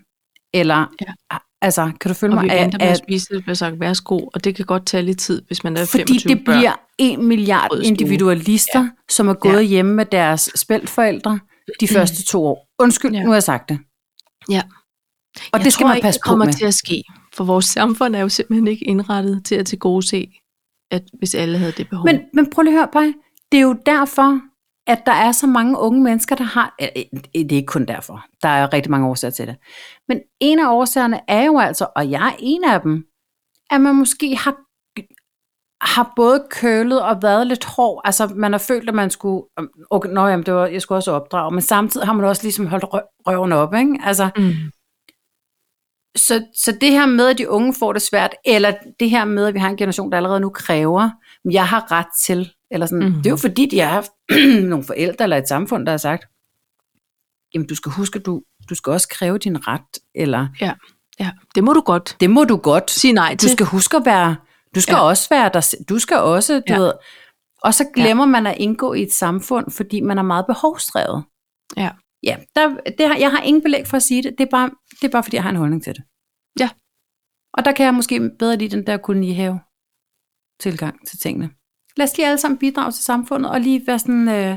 B: Eller, ja. altså, kan du følge
A: Og vi
B: mig?
A: venter
B: At-
A: med at
B: at-
A: spise, det bliver sagt, værsgo, og det kan godt tage lidt tid, hvis man er
B: fordi
A: 25
B: det bliver en milliard
A: Rød stue.
B: individualister, ja. som er gået ja. hjemme med deres spældforældre de første to år. Undskyld, ja.
A: Ja.
B: nu har jeg sagt det.
A: Ja.
B: Og
A: jeg
B: det skal
A: tror
B: man
A: ikke,
B: passe
A: det
B: på
A: kommer
B: med.
A: til at ske, for vores samfund er jo simpelthen ikke indrettet til at til gode se, at hvis alle havde det behov.
B: Men, men prøv lige at høre, Paj. Det er jo derfor, at der er så mange unge mennesker, der har... eh, eh, Det er ikke kun derfor. Der er rigtig mange årsager til det. Men en af årsagerne er jo altså, og jeg er en af dem, at man måske har, har både kølet og været lidt hård. Altså, man har følt, at man skulle... Okay, nå, jamen, det var, jeg skulle også opdrage. Men samtidig har man også ligesom holdt rø- røven op, ikke? Altså,
A: mm.
B: så, så det her med, at de unge får det svært, eller det her med, at vi har en generation, der allerede nu kræver, "Men jeg har ret til, eller sådan, mm.
A: Mhm.
B: det er jo fordi, de har haft nogle forældre eller et samfund, der har sagt, jamen du skal huske, at du, du skal også kræve din ret, eller
A: ja, ja, det må du godt
B: det må du godt.
A: sige nej
B: Du
A: til.
B: skal huske at være, du skal ja.
A: Ja.
B: også være der, se- du skal også, du ja.
A: Ja.
B: ved. Og så glemmer ja. man at indgå i et samfund, fordi man er meget behovsdrevet.
A: Ja.
B: Ja, der, det har, jeg har ingen belæg for at sige det, det er, bare, det er bare fordi, jeg har en holdning til det.
A: Ja.
B: Og der kan jeg måske bedre lide den der kolonihave tilgang til tingene. Lad os lige alle sammen bidrage til samfundet, og lige være sådan, øh,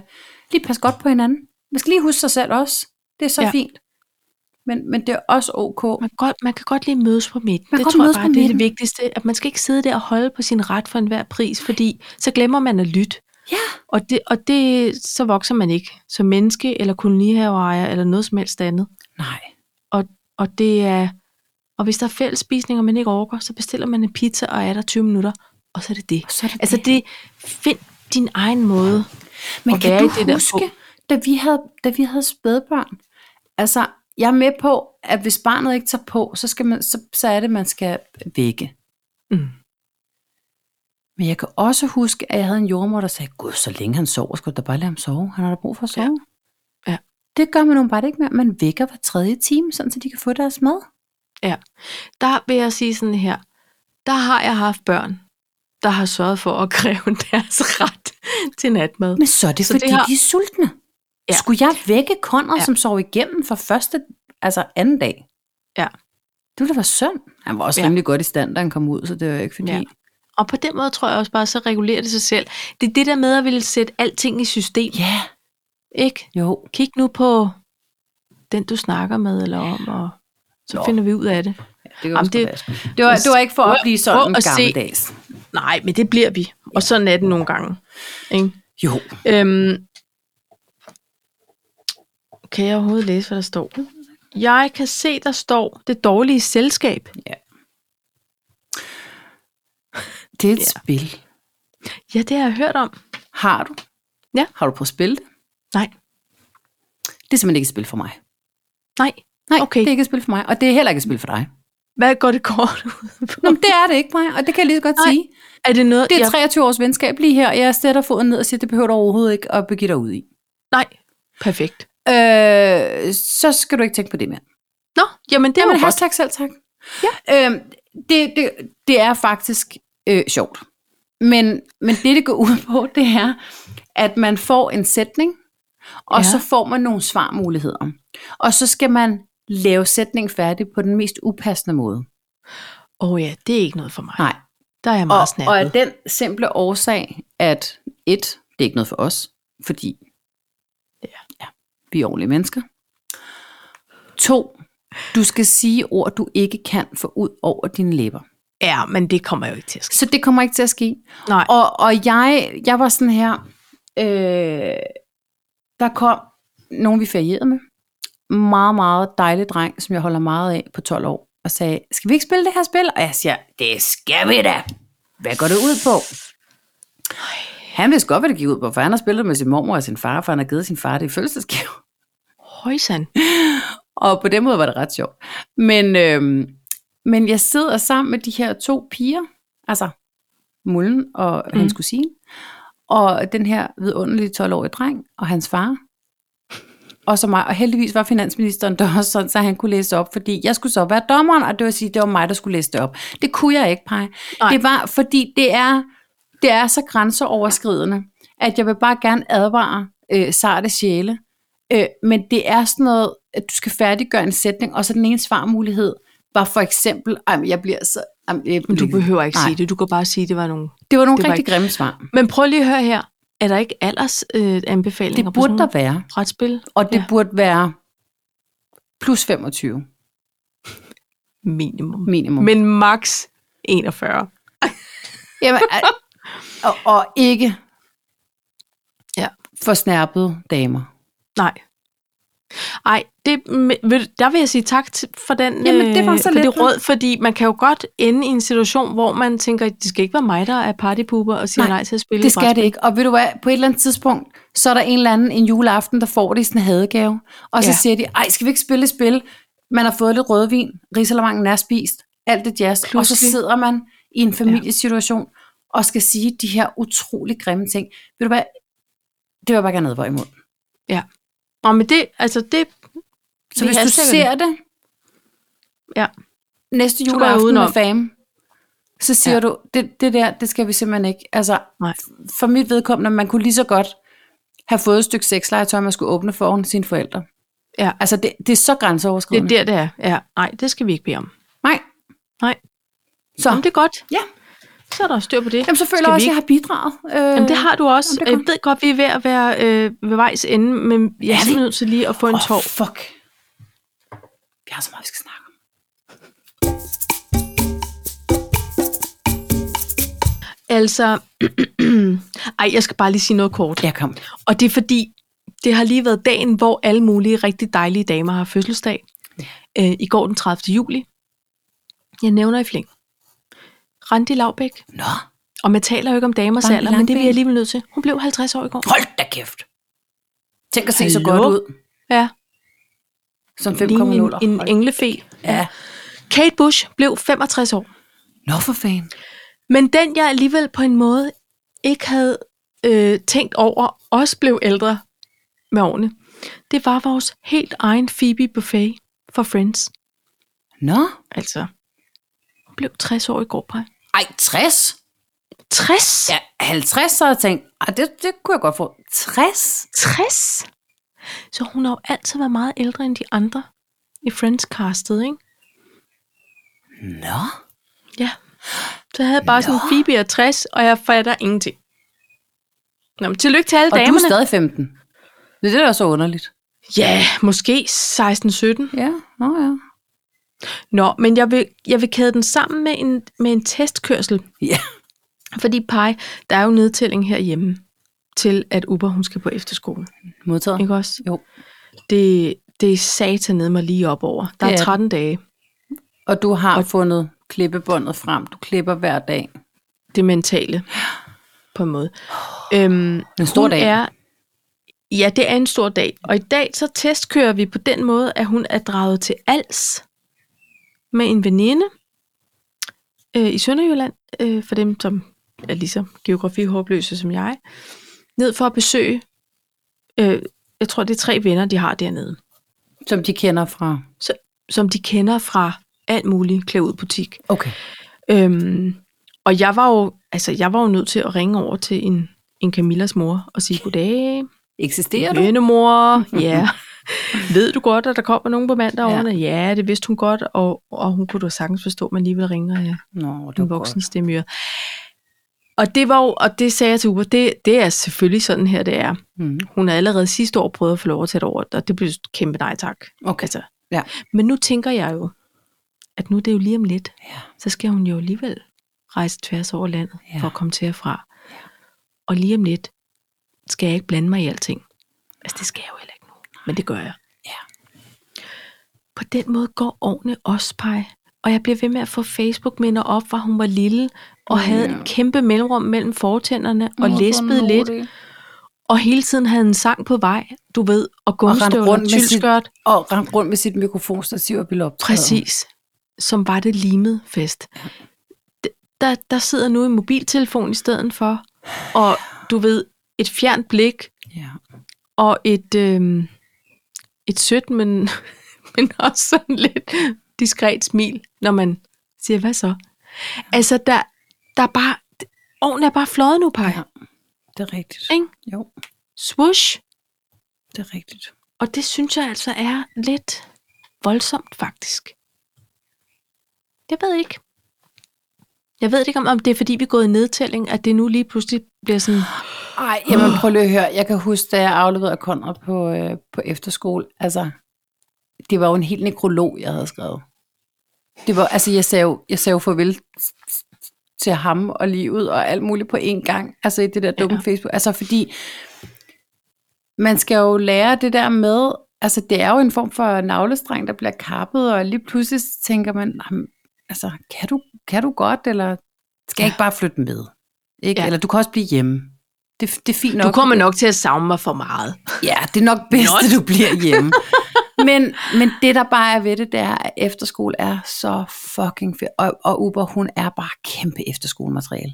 B: lige passe godt på hinanden. Man skal lige huske sig selv også. Det er så ja.
A: Ja.
B: fint. Men, men det er også ok.
A: Man kan, godt, man kan godt lige mødes på midten.
B: Man kan
A: det
B: godt
A: tror jeg
B: mødes
A: bare,
B: på
A: det er det
B: midten.
A: vigtigste. At man skal ikke sidde der og holde på sin ret for enhver pris, fordi så glemmer man at lytte.
B: Ja.
A: Og, det, og det, så vokser man ikke som menneske, eller kolonihaveejer, eller noget som helst andet.
B: Nej.
A: Og det er... Og hvis der er fællesspisninger, man ikke overgår, så bestiller man en pizza og er der 20 minutter, og så er det det.
B: Og så er det
A: Altså det, find din egen måde.
B: Men
A: at
B: kan
A: være
B: du
A: i det der
B: huske, da vi, havde, da vi havde spædbørn? Altså, jeg er med på, at hvis barnet ikke tager på, så, skal man, så, så er det, man skal vække.
A: Mm.
B: Men jeg kan også huske, at jeg havde en jordmor, der sagde, gud, så længe han sover, skal du da bare lade ham sove. Han har da brug for at
A: Ja.
B: sove.
A: Ja.
B: Det gør man jo bare ikke mere. Man vækker hver tredje time, sådan, så de kan få deres mad.
A: Der vil jeg sige sådan her, der har jeg haft børn, der har sørget for at kræve deres ret til natmad.
B: Men så er det,
A: Så
B: så
A: det
B: fordi det
A: har-
B: de er sultne. Ja.
A: Ja.
B: Skulle jeg vække Conrad, ja.
A: Ja.
B: som sov igennem for første, altså anden dag?
A: Ja.
B: Det ville da være synd. Han var også ja.
A: Ja.
B: rimelig godt i stand, da han kom ud, så det var ikke fordi... Ja.
A: Ja. Og på den måde tror jeg også bare, så regulerer det sig selv. Det er det der med at ville sætte alting i system,
B: ja,
A: ikke?
B: jo.
A: Kig nu på den, du snakker med eller om, og så
B: Nå.
A: Nå. finder vi ud af det.
B: Det,
A: Jamen, det-
B: det, var, det var ikke for at blive sådan
A: prøv at se.
B: gammeldags.
A: Nej, men det bliver vi. Og sådan er det nogle gange. Ikke?
B: Jo.
A: Øhm, kan jeg overhovedet læse, hvad der står? Jeg kan se, der står det dårlige selskab.
B: Det er et ja. spil.
A: Ja, det har jeg hørt om.
B: Har du?
A: Ja.
B: Har du prøvet at spille det?
A: Nej,
B: Det er simpelthen ikke et spil for mig.
A: nej.
B: Nej,
A: Okay.
B: det er ikke et spil for mig, og det er heller ikke et spil for dig.
A: Hvad går det kort ud på?
B: Nå, men det er det ikke mig, og det kan jeg lige så godt
A: Nej.
B: sige.
A: Er det noget,
B: Det er
A: jeg...
B: 23 års venskab lige her, og jeg sætter foden ned og siger, det behøver du overhovedet ikke at begive dig ud i.
A: Nej, perfekt.
B: øh, så skal du ikke tænke på det mere.
A: Nå, jamen det
B: Det
A: er
B: Jamen,
A: jo godt.
B: hashtag selv tak. Ja. Øh, det, det, det er faktisk øh, sjovt. Men, men det, det går ud på, det er, at man får en sætning, og ja.
A: Ja.
B: så får man nogle svarmuligheder. Og så skal man lave sætningen færdig på den mest upassende måde.
A: Åh oh, ja, det er ikke noget for mig.
B: Nej.
A: Der er jeg meget
B: Og, og af
A: snappet.
B: den simple årsag, at et, det er ikke noget for os, fordi ja. Ja, vi er ordentlige mennesker. To, du skal sige ord, du ikke kan få ud over dine læber.
A: Ja, men det kommer jo ikke til at ske.
B: Så det kommer ikke til at ske.
A: Nej,
B: Og, og jeg, jeg var sådan her, øh, der kom nogen, vi ferierede med, meget, meget dejlig dreng, som jeg holder meget af på 12 år, og sagde, skal vi ikke spille det her spil? Og jeg siger, det skal vi da. Hvad går det ud på? Han vidste godt, hvad det gik ud på, for han har spillet med sin mormor og sin far, for han har givet sin far det i fødselsdagsgave.
A: højsan.
B: Og på den måde var det ret sjovt. Men, øhm, men jeg sidder sammen med de her to piger, altså Mullen og mm. hans kusine, og den her vidunderlige 12-årige dreng og hans far, og så mig. Og heldigvis var finansministeren der også sådan, så han kunne læse op, fordi jeg skulle så være dommeren, og det vil sige, det var mig, der skulle læse det op. Det kunne jeg ikke, pege.
A: Nej.
B: Det var, fordi det er, det er så grænseoverskridende, at jeg vil bare gerne advare øh, sarte sjæle. Øh, men det er sådan noget, at du skal færdiggøre en sætning, og så den ene svarmulighed var for eksempel, ej, men jeg bliver så... Ej, men øh, jeg
A: Men du
B: bliver-
A: behøver ikke
B: Nej.
A: Nej. sige det. Du kan bare sige, at det var nogle...
B: det var nogle
A: det
B: det
A: var
B: rigtig ikke... grimme svar.
A: Men prøv lige at høre her. Er der ikke alders øh, anbefalinger
B: Det
A: på sådan
B: burde der være.
A: nogle retsspil?
B: Og det
A: Ja.
B: ja. burde være plus 25
A: Minimum.
B: minimum.
A: Men max 41.
B: Jamen, al- og, og ikke
A: Ja.
B: forsnærpede damer.
A: Nej. Ej, det, men ved du, der vil jeg sige tak til- for, den,
B: Jamen, det var
A: øh,
B: så
A: for
B: lidt,
A: det
B: hva'?
A: råd, fordi man kan jo godt ende i en situation, hvor man tænker, det skal ikke være mig, der er partypooper og siger
B: Nej,
A: nej, nej til at spille
B: Det
A: et
B: skal det ikke. Og ved du hvad, på et eller andet tidspunkt, så er der en eller anden en juleaften, der får det i sådan en hadegave. Og så
A: Ja.
B: ja. siger de, ej, skal vi ikke spille et spil? Man har fået lidt rødvin, risalamangen er spist, alt det jazz. Pludselig. Og så
A: Pludselig.
B: sidder man i en familiesituation og skal sige de her utrolig grimme ting. Ved du hvad, det vil jeg bare gerne advare imod.
A: Nå, men det, altså det,
B: Så
A: Vi
B: hvis du
A: hashtagger
B: ser det,
A: Ja.
B: næste
A: Så går jeg
B: juleaften med
A: udenom.
B: fame, så siger
A: Ja.
B: ja. du, det, det der, det skal vi simpelthen ikke. Altså,
A: Nej.
B: f- for mit vedkommende, man kunne lige så godt have fået et stykke sexlegetøj, man skulle åbne foran sine forældre.
A: Ja.
B: Altså, det, det er så
A: det er
B: grænseoverskridende.
A: der, det er. Ja, nej, det skal vi ikke bede om.
B: Nej.
A: Nej.
B: Så,
A: Jamen, det er godt.
B: Ah. Ja.
A: Så er der styr på det.
B: jamen, så føler
A: Skal
B: jeg
A: vi
B: også, at jeg
A: ikke-
B: har bidraget. Øh,
A: Jamen, det har du også.
B: Jamen, det er
A: Jeg ved godt, vi er ved at være øh, ved vejs ende, men jeg er simpelthen nødt til lige at få en
B: Åh,
A: tår.
B: fuck. Vi har så meget, vi skal snakke om.
A: Altså, ej, jeg skal bare lige sige noget kort.
B: Ja, kom.
A: Og det er fordi, det har lige været dagen, hvor alle mulige rigtig dejlige damer har fødselsdag. Øh, I går den 30. juli. Jeg nævner i flæng. Randi Laubæk.
B: Nå,
A: Og man taler jo ikke om damers
B: Randi
A: alder, men det er vi
B: Langben.
A: alligevel nødt til. Hun blev 50 år i går.
B: hold da kæft. Tænk at se så
A: Hallo?
B: godt ud.
A: Ja,
B: Som 5,0.
A: lige en, en
B: Hold
A: englefe.
B: Ja.
A: Kate Bush blev 65 år.
B: Nå for fanden.
A: Men den, jeg alligevel på en måde ikke havde øh, tænkt over, også blev ældre med årene, det var vores helt egen Phoebe Buffet for Friends.
B: Nå.
A: Altså, hun blev 60 år i går, Paj.
B: Ej, 60?
A: 60?
B: Ja, 50, så havde jeg tænkt, ej, det, det kunne jeg godt få. 60?
A: 60? Så hun har jo altid været meget ældre end de andre i Friends-castet, ikke?
B: Nå.
A: Ja. Så jeg havde bare sådan,
B: Nå.
A: Phoebe er 60, og jeg fatter ingenting. Nå, men tillykke til alle
B: Og
A: damerne.
B: du er stadig 15. Det er det, der er så underligt.
A: Ja, måske 16-17.
B: Ja, nå ja.
A: Nå, men jeg vil, jeg vil kæde den sammen med en, med en testkørsel.
B: Ja.
A: Fordi, Paj, der er jo nedtælling herhjemme til, at Uber, hun skal på efterskole.
B: Modtaget.
A: Ikke også?
B: Jo.
A: Det, det er satanede mig lige op over. Der
B: Det
A: er
B: er
A: 13 dage.
B: Og du har fundet klippebåndet frem. Du klipper hver dag.
A: Det mentale, på en måde. Øhm,
B: En stor
A: hun
B: dag.
A: Er, ja, det er en stor dag. Og i dag så testkører vi på den måde, at hun er draget til Als med en veninde øh, i Sønderjylland, øh, for dem, som er lige så geografihåbløse som jeg, ned for at besøge, øh, jeg tror, det er tre venner, de har dernede,
B: Som de kender fra...
A: som de kender fra alt muligt klæudbutik.
B: Okay.
A: Øhm, og jeg var, jo, altså, jeg var jo nødt til at ringe over til en, en Camillas mor og sige, goddag,
B: Eksisterer du?
A: Vennemor, ja. Ved du godt, at der kommer nogen på mandag
B: Ja.
A: ja. ja, det vidste hun godt, og, og hun kunne da sagtens forstå, at man lige ville ringe af
B: Nå, det
A: en
B: var
A: voksen stemmyre. Og det var jo, og det sagde jeg til Uber, det, det er selvfølgelig sådan her, det er.
B: godt. Mm.
A: Hun har allerede sidste år prøvet at få lov at tage det over, og det blev et kæmpe nej tak.
B: Okay.
A: Altså.
B: Ja.
A: Men nu tænker jeg jo, at nu er det jo lige om lidt,
B: Ja.
A: så skal hun jo alligevel rejse tværs over landet
B: Ja.
A: ja. for at komme til og fra. Og lige om lidt skal jeg ikke blande mig i alting. Altså, det skal jeg jo heller ikke nu, men det gør jeg.
B: Ja.
A: På den måde går årene også, Paj. Og jeg bliver ved med at få Facebook-minder op, hvor hun var lille og havde
B: Ja.
A: et kæmpe mellemrum mellem fortænderne og læspede lidt. og hele tiden havde en sang på vej, du ved, og gummistøvler og
B: rundt med sit-
A: tylskørt,
B: Og rendte rundt med sit mikrofonstativ og ville optræde.
A: præcis, som var det limet fest. D- Der, der sidder nu en mobiltelefon i stedet for, og du ved, et fjernt blik,
B: Ja.
A: og et, øhm, et sødt, men, men også sådan lidt diskret smil, når man siger, hvad så? Altså, der, der er bare, ovnen er bare fløjet nu, Paj.
B: Ja. Det er rigtigt.
A: Ikke?
B: Jo,
A: Swoosh.
B: det er rigtigt.
A: Og det synes jeg altså er lidt voldsomt, faktisk. Jeg ved ikke. Jeg ved ikke, om, om det er, fordi vi er gået i nedtælling, at det nu lige pludselig bliver sådan...
B: Ej, jamen prøv lige at høre. Jeg kan huske, da jeg afleverede Konrad på, øh, på efterskole. Altså, det var jo en helt nekrolog, jeg havde skrevet. Det var, altså, jeg sagde jo, jeg sagde jo farvel til ham og livet og alt muligt på én gang. Altså i det der dumme
A: Ja.
B: ja. Facebook. Altså fordi, man skal jo lære det der med, altså det er jo en form for navlestreng, der bliver kappet, og lige pludselig tænker man, "Jamen, altså kan du, kan du godt, eller skal jeg ikke bare flytte med? Ikke?
A: Ja.
B: Ja. Eller du kan også blive hjemme. Det, det er fint nok.
A: Du kommer nok til at savne mig for meget.
B: Ja, det er nok bedst,
A: Not.
B: at du bliver hjemme. men, men det, der bare er ved det, det er, at efterskole er så fucking fedt. Og, og Uber, hun er bare kæmpe efterskolemateriale.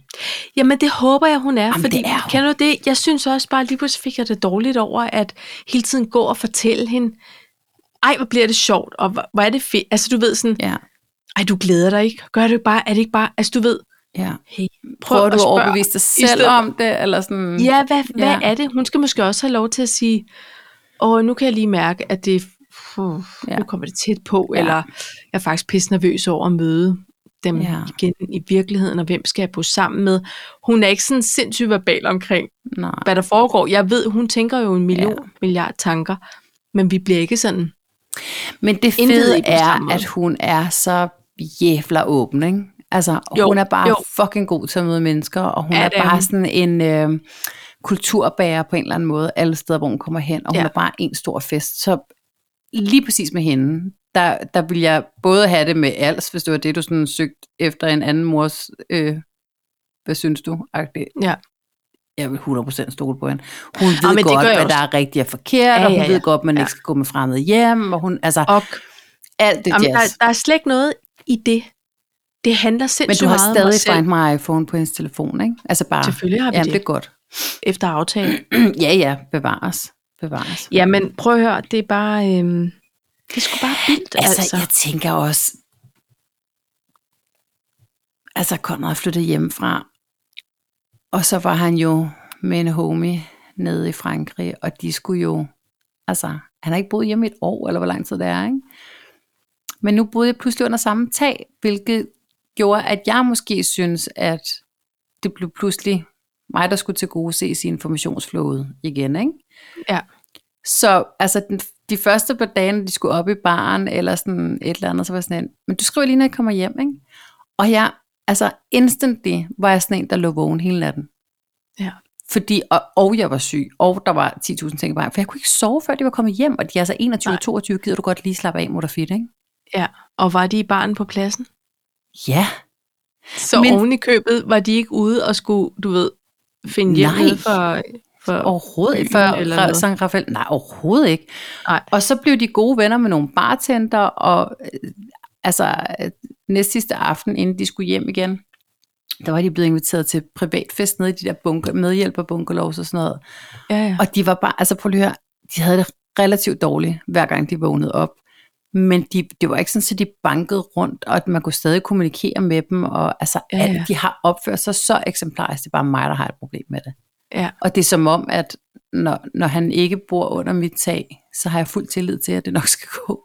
A: Jamen, det håber jeg, hun er, Jamen,
B: Jamen,
A: fordi
B: det er hun.
A: kan du det? Jeg synes også bare, lige pludselig fik jeg det dårligt over, at hele tiden gå og fortælle hende, ej, hvor bliver det sjovt, og hvor, hvor er det fedt. Altså, du ved sådan,
B: Ja,
A: ej, du glæder dig ikke. Gør det bare, er det ikke bare, altså, du ved,
B: ja.
A: hey, prøv,
B: Prøver du at
A: spørge.
B: overbevise dig selv
A: stedet-
B: om det? Eller sådan?
A: Ja, hvad, ja, hvad
B: Mm. Ja.
A: er det? Hun skal måske også have lov til at sige, åh, nu kan jeg lige mærke, at det, puh, ja.
B: Ja.
A: nu kommer det tæt på, ja.
B: Ja.
A: eller jeg er faktisk pisse nervøs over at møde dem ja.
B: Ja.
A: igen i virkeligheden, og hvem skal jeg bo sammen med? Hun er ikke sådan sindssygt verbal omkring,
B: Nej.
A: hvad der foregår. Jeg ved, hun tænker jo en million ja. milliard tanker, men vi bliver ikke sådan,
B: Men det
A: Intet i
B: fede
A: den samme
B: er,
A: måde.
B: at hun er så jævla åben, ikke? Altså,
A: Jo,
B: jo, hun er bare
A: jo.
B: jo. fucking god til at møde mennesker, og hun
A: Ja,
B: ja, er
A: det er
B: bare
A: hun.
B: sådan en øh, kulturbærer på en eller anden måde, alle steder, hvor hun kommer hen, og hun
A: Ja.
B: er bare en stor fest. Så lige præcis med hende, der, der vil jeg både have det med als, hvis det var det, du sådan søgte efter en anden mors, øh, hvad synes du, agtigt.
A: ja. Ah,
B: Jeg vil 100% stole på hende. Hun ved
A: men det
B: ja,
A: gør
B: godt,
A: jeg
B: hvad
A: også.
B: der er rigtigt og forkert, ja, og hun ja, ja. ved godt, man
A: Ja.
B: ja. ikke skal gå med fremmede hjem, og hun, altså, og,
A: Og
B: alt det
A: jamen,
B: jazz.
A: der, der er slet ikke noget i det. Det handler
B: Men
A: sindssygt
B: du har
A: meget om
B: stadig
A: mig selv.
B: Find My iPhone på hendes telefon, ikke? Altså bare,
A: Selvfølgelig har vi
B: jamen,
A: det.
B: det er godt.
A: efter aftale.
B: ja, ja, bevares. Bevares.
A: Jamen, prøv at høre, det er bare... Øhm, det er sgu bare vildt,
B: altså,
A: altså.
B: altså, jeg tænker også, altså Conrad flyttede hjemmefra, og så var han jo med en homie nede i Frankrig, og de skulle jo, altså, han har ikke boet hjemme i et år, eller hvor lang tid det er, ikke? Men nu boede jeg pludselig under samme tag, hvilket gjorde, at jeg måske synes, at det blev pludselig mig, der skulle til gode ses i informationsflowet igen, ikke?
A: Ja.
B: Så altså, den, de første par dage, når de skulle op i baren, eller sådan et eller andet, så var jeg sådan en, men du skriver lige, når jeg kommer hjem, ikke? Og jeg, altså instantly, var jeg sådan en, der lå vågen hele natten.
A: Ja.
B: Fordi, og, og jeg var syg, og der var 10.000 ting i vejen, for jeg kunne ikke sove, før de var kommet hjem, og de er altså 21 og 22, gider du godt lige slappe af, mutter fedt, ikke?
A: ja. Og var de i barn på pladsen?
B: Ja,
A: Så Men,
B: Men-
A: oven i købet var de ikke ude og skulle, du ved, finde hjem
B: Nej.
A: nede for... for
B: overhovedet ikke, for
A: byen eller noget.
B: Ra- San Rafael, nej, overhovedet ikke.
A: Nej.
B: Og så blev de gode venner med nogle bartender, og øh, altså øh, næst sidste aften, inden de skulle hjem igen, der var de blevet inviteret til privatfest nede i de der bunker, medhjælperbunkerlovs og sådan noget.
A: ja, ja.
B: Og de var bare, altså prøv lige at høre, de havde det relativt dårligt, hver gang de vågnede op. Men de, det var ikke sådan, at de bankede rundt, og at man kunne stadig kommunikere med dem, og altså,
A: Ja,
B: ja,
A: ja.
B: ja. Alt, de har opført sig så eksemplarisk, det er bare mig, der har et problem med det.
A: Ja.
B: Og det er som om, at når, når han ikke bor under mit tag, så har jeg fuld tillid til, at det nok skal gå.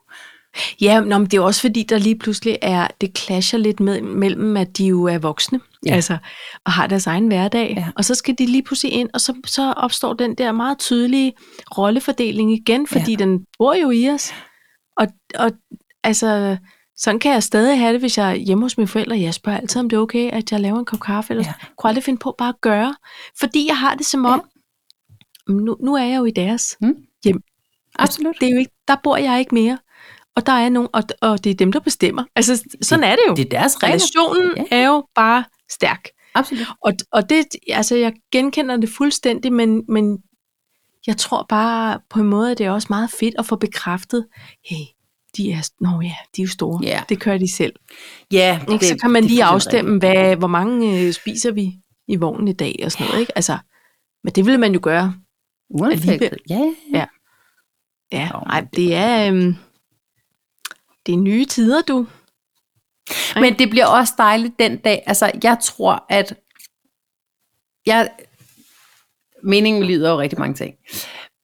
A: ja nå, men det er jo også fordi, der lige pludselig er... Det clasher lidt med, mellem, at de jo er voksne, ja.
B: Ja.
A: altså, og har deres egen hverdag. Ja.
B: Ja.
A: Og så skal de lige pludselig ind, og så, så opstår den der meget tydelige rollefordeling igen, fordi ja. den bor jo i os. Og, og altså, sådan kan jeg stadig have det, hvis jeg er hjemme hos mine forældre. Jeg spørger altid, om det er okay, at jeg laver en kop kaffe. Eller
B: Ja.
A: ja. kunne aldrig finde på bare at gøre. Fordi jeg har det som om, ja. nu, nu er jeg jo i deres
B: Mm.
A: hjem. Altså,
B: Absolut.
A: Det er jo ikke, der bor jeg ikke mere. Og der er nogen, og, og det er dem, der bestemmer. Altså, sådan det, er det jo.
B: Det er deres regler.
A: Relationen
B: Ja.
A: er jo bare stærk.
B: Absolut.
A: Og, og det, altså, jeg genkender det fuldstændig, men, men jeg tror bare på en måde, at det er også meget fedt at få bekræftet, hey, de er, nå ja, de er jo store.
B: Ja.
A: Det kører de selv.
B: Ja,
A: Ikke? Så kan man lige afstemme, hvad, hvor mange øh, spiser vi i vognen i dag og sådan noget. Ikke? Altså, men det ville man jo gøre.
B: Uanfægtet. Ja,
A: Ja.
B: ja.
A: Ja,
B: Nå, men
A: nej,
B: det
A: det
B: var-
A: er, øhm, det er nye tider, du.
B: Men det bliver også dejligt den dag. Altså, jeg tror, at... Jeg, meningen med livet er jo rigtig mange ting.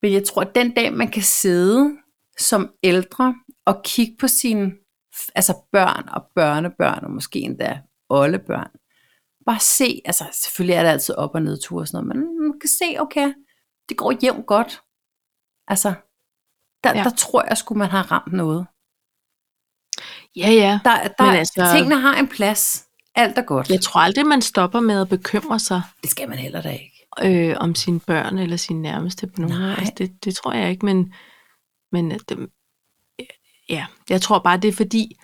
B: Men jeg tror, at den dag, man kan sidde som ældre og kigge på sine altså børn og børnebørn, og måske endda oldebørn, bare se, altså selvfølgelig er der altid op- og nedture og sådan noget, men man kan se, okay, det går jævnt godt. Altså, der,
A: Ja.
B: ja. der tror jeg sgu, man har ramt noget.
A: Ja, ja.
B: Der, der,
A: Men altså-
B: altså, tingene har en plads. Alt er godt.
A: Jeg tror aldrig, man stopper med at bekymre sig
B: Det skal man heller da ikke.
A: øh, om sine børn eller sine nærmeste på nogen.
B: Nej.
A: måde. Altså, det, det tror jeg ikke, men, men at, øhm, ja, jeg tror bare, det er fordi,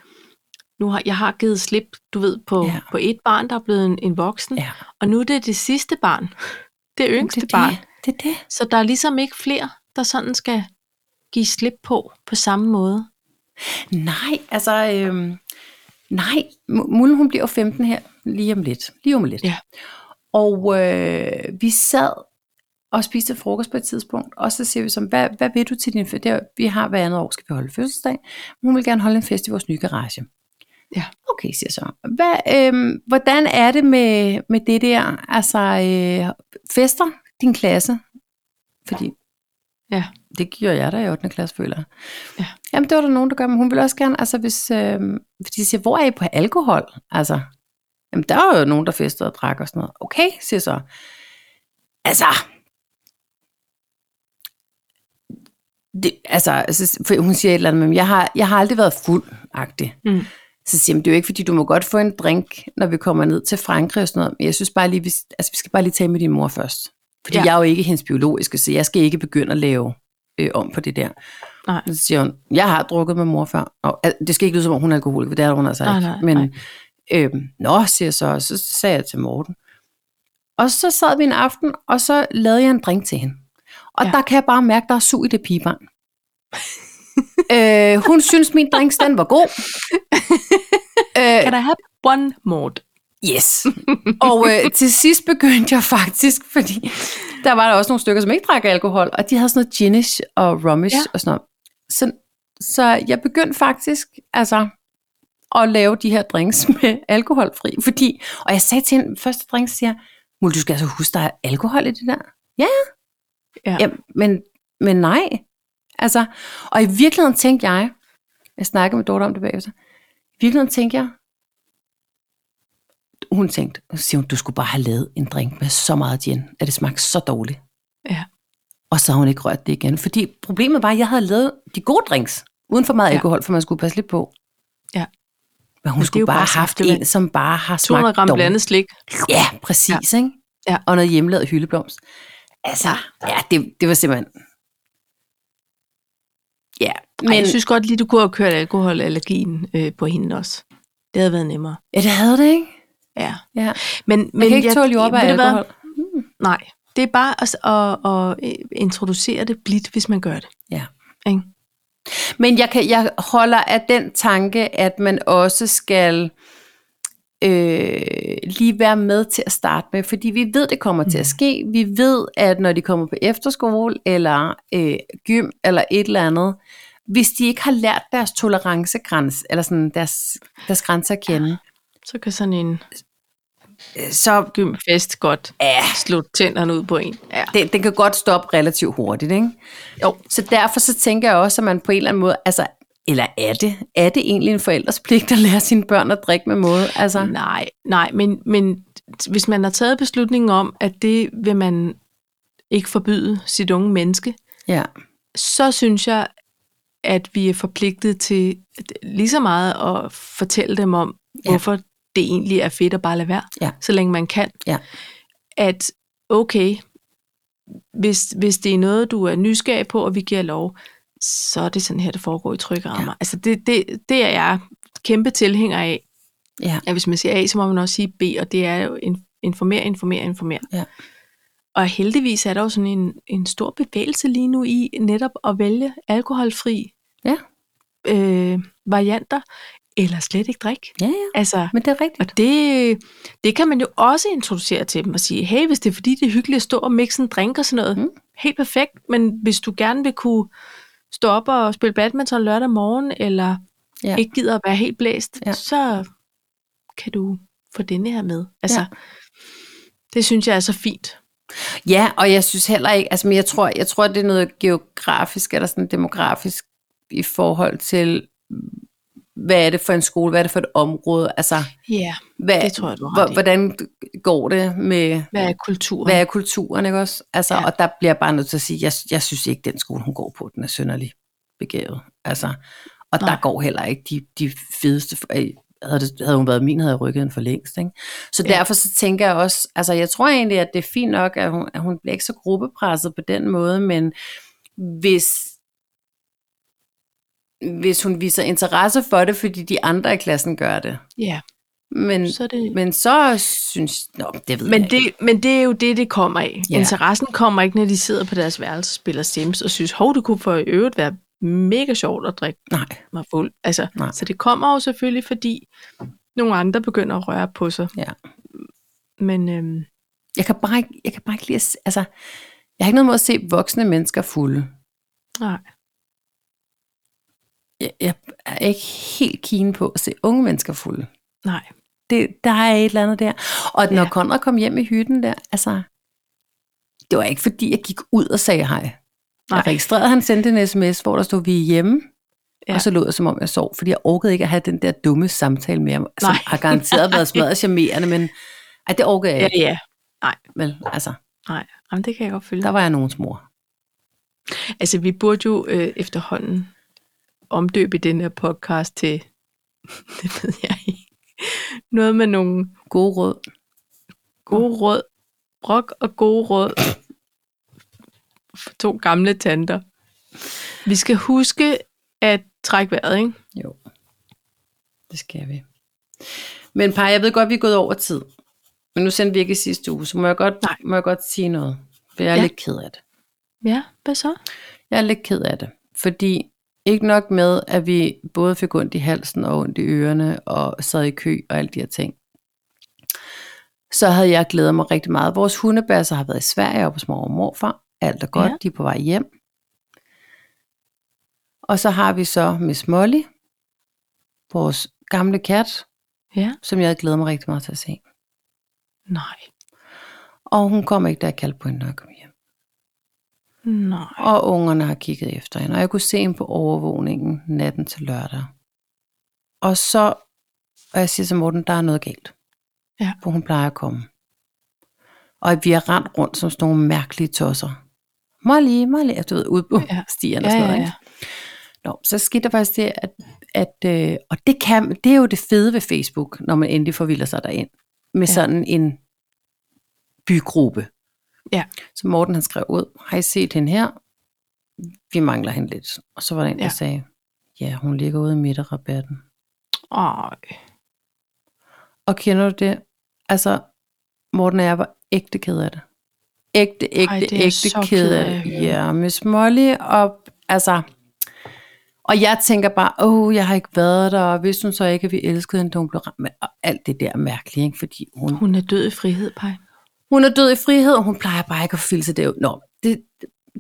A: nu har, jeg har givet slip, du ved, på, ja.
B: Ja.
A: på et barn, der er blevet en, en voksen,
B: Ja.
A: og nu er det det sidste barn, det yngste det barn.
B: Det, det er det.
A: Så der er ligesom ikke flere, der sådan skal give slip på på samme måde.
B: Nej, altså, øhm, nej. M- Mullen, hun bliver jo 15 her, lige om lidt. Lige om lidt.
A: Ja.
B: Og øh, vi sad og spiste frokost på et tidspunkt, og så siger vi som, hvad, hvad vil du til din fødselsdag? Det er- Vi har hver andet år, skal vi holde fødselsdag. Hun vil gerne holde en fest i vores nye garage.
A: Ja.
B: Okay, siger jeg så. Hvad, øhm, hvordan er det med, med det der? Altså, øh, fester din klasse? Fordi
A: Ja.
B: det gjorde jeg da i 8. klasse, føler jeg.
A: Ja.
B: Jamen, det var der nogen, der gør, men hun vil også gerne, altså hvis, øh, fordi de siger, hvor er I på alkohol? Altså, jamen der er jo nogen, der fester og drak og sådan noget. Okay, siger jeg så. Altså, det, altså, altså for hun siger et eller andet, men jeg har, jeg har aldrig været fuld-agtig.
A: Mm.
B: Så siger jeg, "Men det er jo ikke, fordi du må godt få en drink, når vi kommer ned til Frankrig og sådan noget. Men jeg synes bare lige, vi, altså, vi skal bare lige tale med din mor først. Fordi
A: Ja.
B: ja. jeg er jo ikke hendes biologiske, så jeg skal ikke begynde at lave øh, om på det der.
A: Nej.
B: Så siger hun, jeg har drukket med mor før. Og, al- det skal ikke lyde som om, hun er alkoholiker, for det er hun altså
A: Nej,
B: ikke.
A: nej,
B: Men,
A: nej.
B: Øhm, nå, siger jeg så, og så sagde jeg til Morten. Og så sad vi en aften, og så lavede jeg en drink til hende. Og
A: Ja.
B: ja. der kan jeg bare mærke, der er sug i det pigebarn. øh, hun synes, min drink den var god. øh,
A: Kan der have one more?
B: yes. og øh, til sidst begyndte jeg faktisk, fordi der var der også nogle stykker, som ikke drak alkohol, og de havde sådan noget ginish og rummish
A: Ja.
B: ja. og sådan noget. Så, så jeg begyndte faktisk, altså at lave de her drinks med alkoholfri. Fordi, og jeg sagde til hende, første drink, så siger jeg, Mul, du skal altså huske, der er alkohol i det der. Ja,
A: Ja.
B: ja. ja men, men nej. Altså, og i virkeligheden tænkte jeg, jeg snakkede med Dorte om det bagefter, i virkeligheden tænkte jeg, hun tænkte, så siger hun, du skulle bare have lavet en drink med så meget gin, at det smagte så dårligt.
A: Ja.
B: Og så har hun ikke rørt det igen. Fordi problemet var, at jeg havde lavet de gode drinks, uden for meget
A: Ja.
B: alkohol, for man skulle passe lidt på.
A: Ja.
B: Men hun
A: Men det er jo
B: skulle bare
A: bare
B: have haft
A: saftevand.
B: en, som bare har smagt
A: 200 gram
B: dårligt.
A: blandet slik.
B: Ja, præcis, ja. ikke?
A: Ja.
B: Og noget hjemmelavet hyldeblomst. Altså, ja, det, det var simpelthen... Ja, men...
A: Men Ej, jeg synes godt lige, du kunne have kørt alkoholallergien øh, på hende også. Det havde været nemmere.
B: ja, det havde det, ikke?
A: Ja.
B: Ja.
A: Men,
B: Men jeg kan ikke tåle jordbær
A: ved du hvad?
B: alkohol.
A: Nej, det er bare at, at, at øh, introducere det blidt, hvis man gør det.
B: Ja.
A: Ikke?
B: Men jeg, kan, jeg holder af den tanke, at man også skal øh, lige være med til at starte med, fordi vi ved, det kommer til at ske. Vi ved, at når de kommer på efterskole eller øh, gym eller et eller andet, hvis de ikke har lært deres tolerancegrænse, eller sådan deres, deres grænse at kende,
A: Så kan sådan en
B: øh, så
A: gymfest godt
B: ja,
A: slå tænderne ud på en. Ja.
B: det, det kan godt stoppe relativt hurtigt, ikke?
A: Jo.
B: Så derfor så tænker jeg også, at man på en eller anden måde, altså, eller er det, er det egentlig en forældres pligt at lære sine børn at drikke med måde? Altså,
A: Nej, nej, men, men hvis man har taget beslutningen om, at det vil man ikke forbyde sit unge menneske,
B: ja.
A: så synes jeg, at vi er forpligtet til lige så meget at fortælle dem om,
B: Ja.
A: hvorfor det egentlig er fedt at bare lade være,
B: Ja.
A: så længe man kan.
B: Ja.
A: At okay, hvis, hvis det er noget, du er nysgerrig på, og vi giver lov, så er det sådan her, det foregår i trygge rammer. Ja. Altså det, det, det er jeg kæmpe tilhænger af.
B: Ja.
A: At hvis man siger A, så må man også sige B, og det er jo in- informere, informere, informere.
B: Ja.
A: Og heldigvis er der jo sådan en, en stor bevægelse lige nu i netop at vælge alkoholfri
B: Ja.
A: øh, varianter, eller slet ikke drik.
B: Ja, ja.
A: Altså,
B: Men det er rigtigt.
A: og det, det kan man jo også introducere til dem og sige, hey, hvis det er fordi, det er hyggeligt at stå og mixe en drink og sådan noget,
B: Mm.
A: mm. helt perfekt, men hvis du gerne vil kunne stå op og spille badminton lørdag morgen, eller
B: Ja.
A: ja. ikke gider at være helt blæst,
B: Ja.
A: ja. så kan du få denne her med. Altså,
B: Ja.
A: ja. det synes jeg er så fint.
B: Ja, og jeg synes heller ikke, altså, men jeg tror, jeg tror, det er noget geografisk eller sådan demografisk i forhold til, hvad er det for en skole, hvad er det for et område, altså,
A: Ja,
B: hvad,
A: det tror jeg, du har
B: hvor,
A: ret i.
B: hvordan går det med,
A: Hvad er kulturen?
B: hvad er kulturen, ikke også? Altså, ja.
A: Ja.
B: og der bliver jeg bare nødt til at sige, jeg, jeg synes ikke, den skole, hun går på, den er sønderlig begavet, altså, og Nej.
A: Nej.
B: der går heller ikke de, de fedeste, øh, havde, det, havde hun været min, havde jeg rykket den for længst, ikke? Så ja.
A: Ja.
B: derfor så tænker jeg også, altså jeg tror egentlig, at det er fint nok, at hun, at hun bliver ikke så gruppepresset på den måde, men hvis, hvis hun viser interesse for det, fordi de andre i klassen gør det.
A: Ja,
B: Men
A: så er det...
B: men så synes... Nå, det ved
A: Men
B: jeg ikke.
A: det, men det er jo det, det kommer af.
B: Ja.
A: Ja. Interessen kommer ikke, når de sidder på deres værelse og spiller Sims og synes, hov, det kunne for i øvrigt være mega sjovt at drikke
B: Nej,
A: mig fuld. Altså,
B: Nej.
A: så det kommer jo selvfølgelig, fordi nogle andre begynder at røre på sig.
B: Ja.
A: Men øhm,
B: jeg kan bare ikke, jeg kan bare ikke lide at, se- altså, jeg har ikke noget mod at se voksne mennesker fulde.
A: nej,
B: Jeg, jeg er ikke helt keen på at se unge mennesker fulde.
A: nej.
B: Det, der er et eller andet der. Og når
A: Ja.
B: Konrad kom hjem i hytten der, altså, det var ikke fordi, jeg gik ud og sagde hej.
A: Nej.
B: Jeg registrerede, at han sendte en sms, hvor der stod, vi er hjemme. Ja.
A: Ja.
B: Og så lød jeg, som om jeg sov, fordi jeg orkede ikke at have den der dumme samtale med ham, som
A: Nej.
B: har garanteret været smadret charmerende, men ej, det orkede jeg
A: Ja,
B: ikke.
A: ja.
B: Vel, altså,
A: Nej, Jamen, det kan jeg godt følge.
B: der var jeg nogens mor.
A: Altså, vi burde jo øh, efterhånden omdøbe den her podcast til, det ved jeg ikke, noget med nogle
B: Gode råd.
A: gode råd, brok og gode råd for to gamle tanter. Vi skal huske at trække vejret, ikke?
B: Jo, det skal vi. Men par, jeg ved godt, vi er gået over tid. Men nu sendte vi ikke i sidste uge, så må jeg godt,
A: Nej.
B: må jeg godt sige noget. For jeg er ja.
A: Ja.
B: lidt ked af det.
A: Ja, hvad så?
B: Jeg er lidt ked af det. Fordi ikke nok med, at vi både fik ondt i halsen og ondt i ørerne og sad i kø og alle de her ting. Så havde jeg glædet mig rigtig meget. Vores hundebasser har været i Sverige oppe hos mor og morfar. Alt er godt, ja.
A: Ja.
B: de er på vej hjem. Og så har vi så Miss Molly, vores gamle kat,
A: Ja.
B: som jeg havde glædet mig rigtig meget til at se.
A: Nej,
B: Og hun kom ikke, da jeg kaldte på hende, når jeg kom hjem.
A: nej.
B: Og ungerne har kigget efter hende, og jeg kunne se hende på overvågningen natten til lørdag. Og så, og jeg siger til Morten, der er noget galt.
A: Ja.
B: For hun plejer at komme. Og vi har rendt rundt som sådan nogle mærkelige tosser. Molly, Molly, du ved, ude på ja.
A: Ja.
B: stierne og
A: Ja,
B: sådan noget.
A: ja,
B: ikke?
A: ja.
B: Nå, så skete der faktisk det, at, at øh, og det, kan, det er jo det fede ved Facebook, når man endelig forvilder sig derind, med ja.
A: Ja.
B: sådan en bygruppe.
A: Ja.
B: Så Morten han skrev ud, har I set hende her? Vi mangler hende lidt. Og så var der en, der ja.
A: Ja.
B: sagde, ja, hun ligger ude i midterrabatten.
A: Ej,
B: Og kender du det? Altså, Morten og jeg var ægte ked af det. Ægte, ægte,
A: Ej,
B: Ej,
A: det er jeg
B: ægte
A: så
B: ked af
A: at
B: det.
A: høre.
B: Ja, Miss Molly og, altså, og jeg tænker bare, åh, oh, jeg har ikke været der, og hvis hun så ikke, at vi elskede hende, da hun blev ramt med, og alt det der mærkelige, ikke? fordi hun,
A: hun er død i frihed, Paj.
B: hun er død i frihed, og hun plejer bare ikke at filse det ud. Nå, det,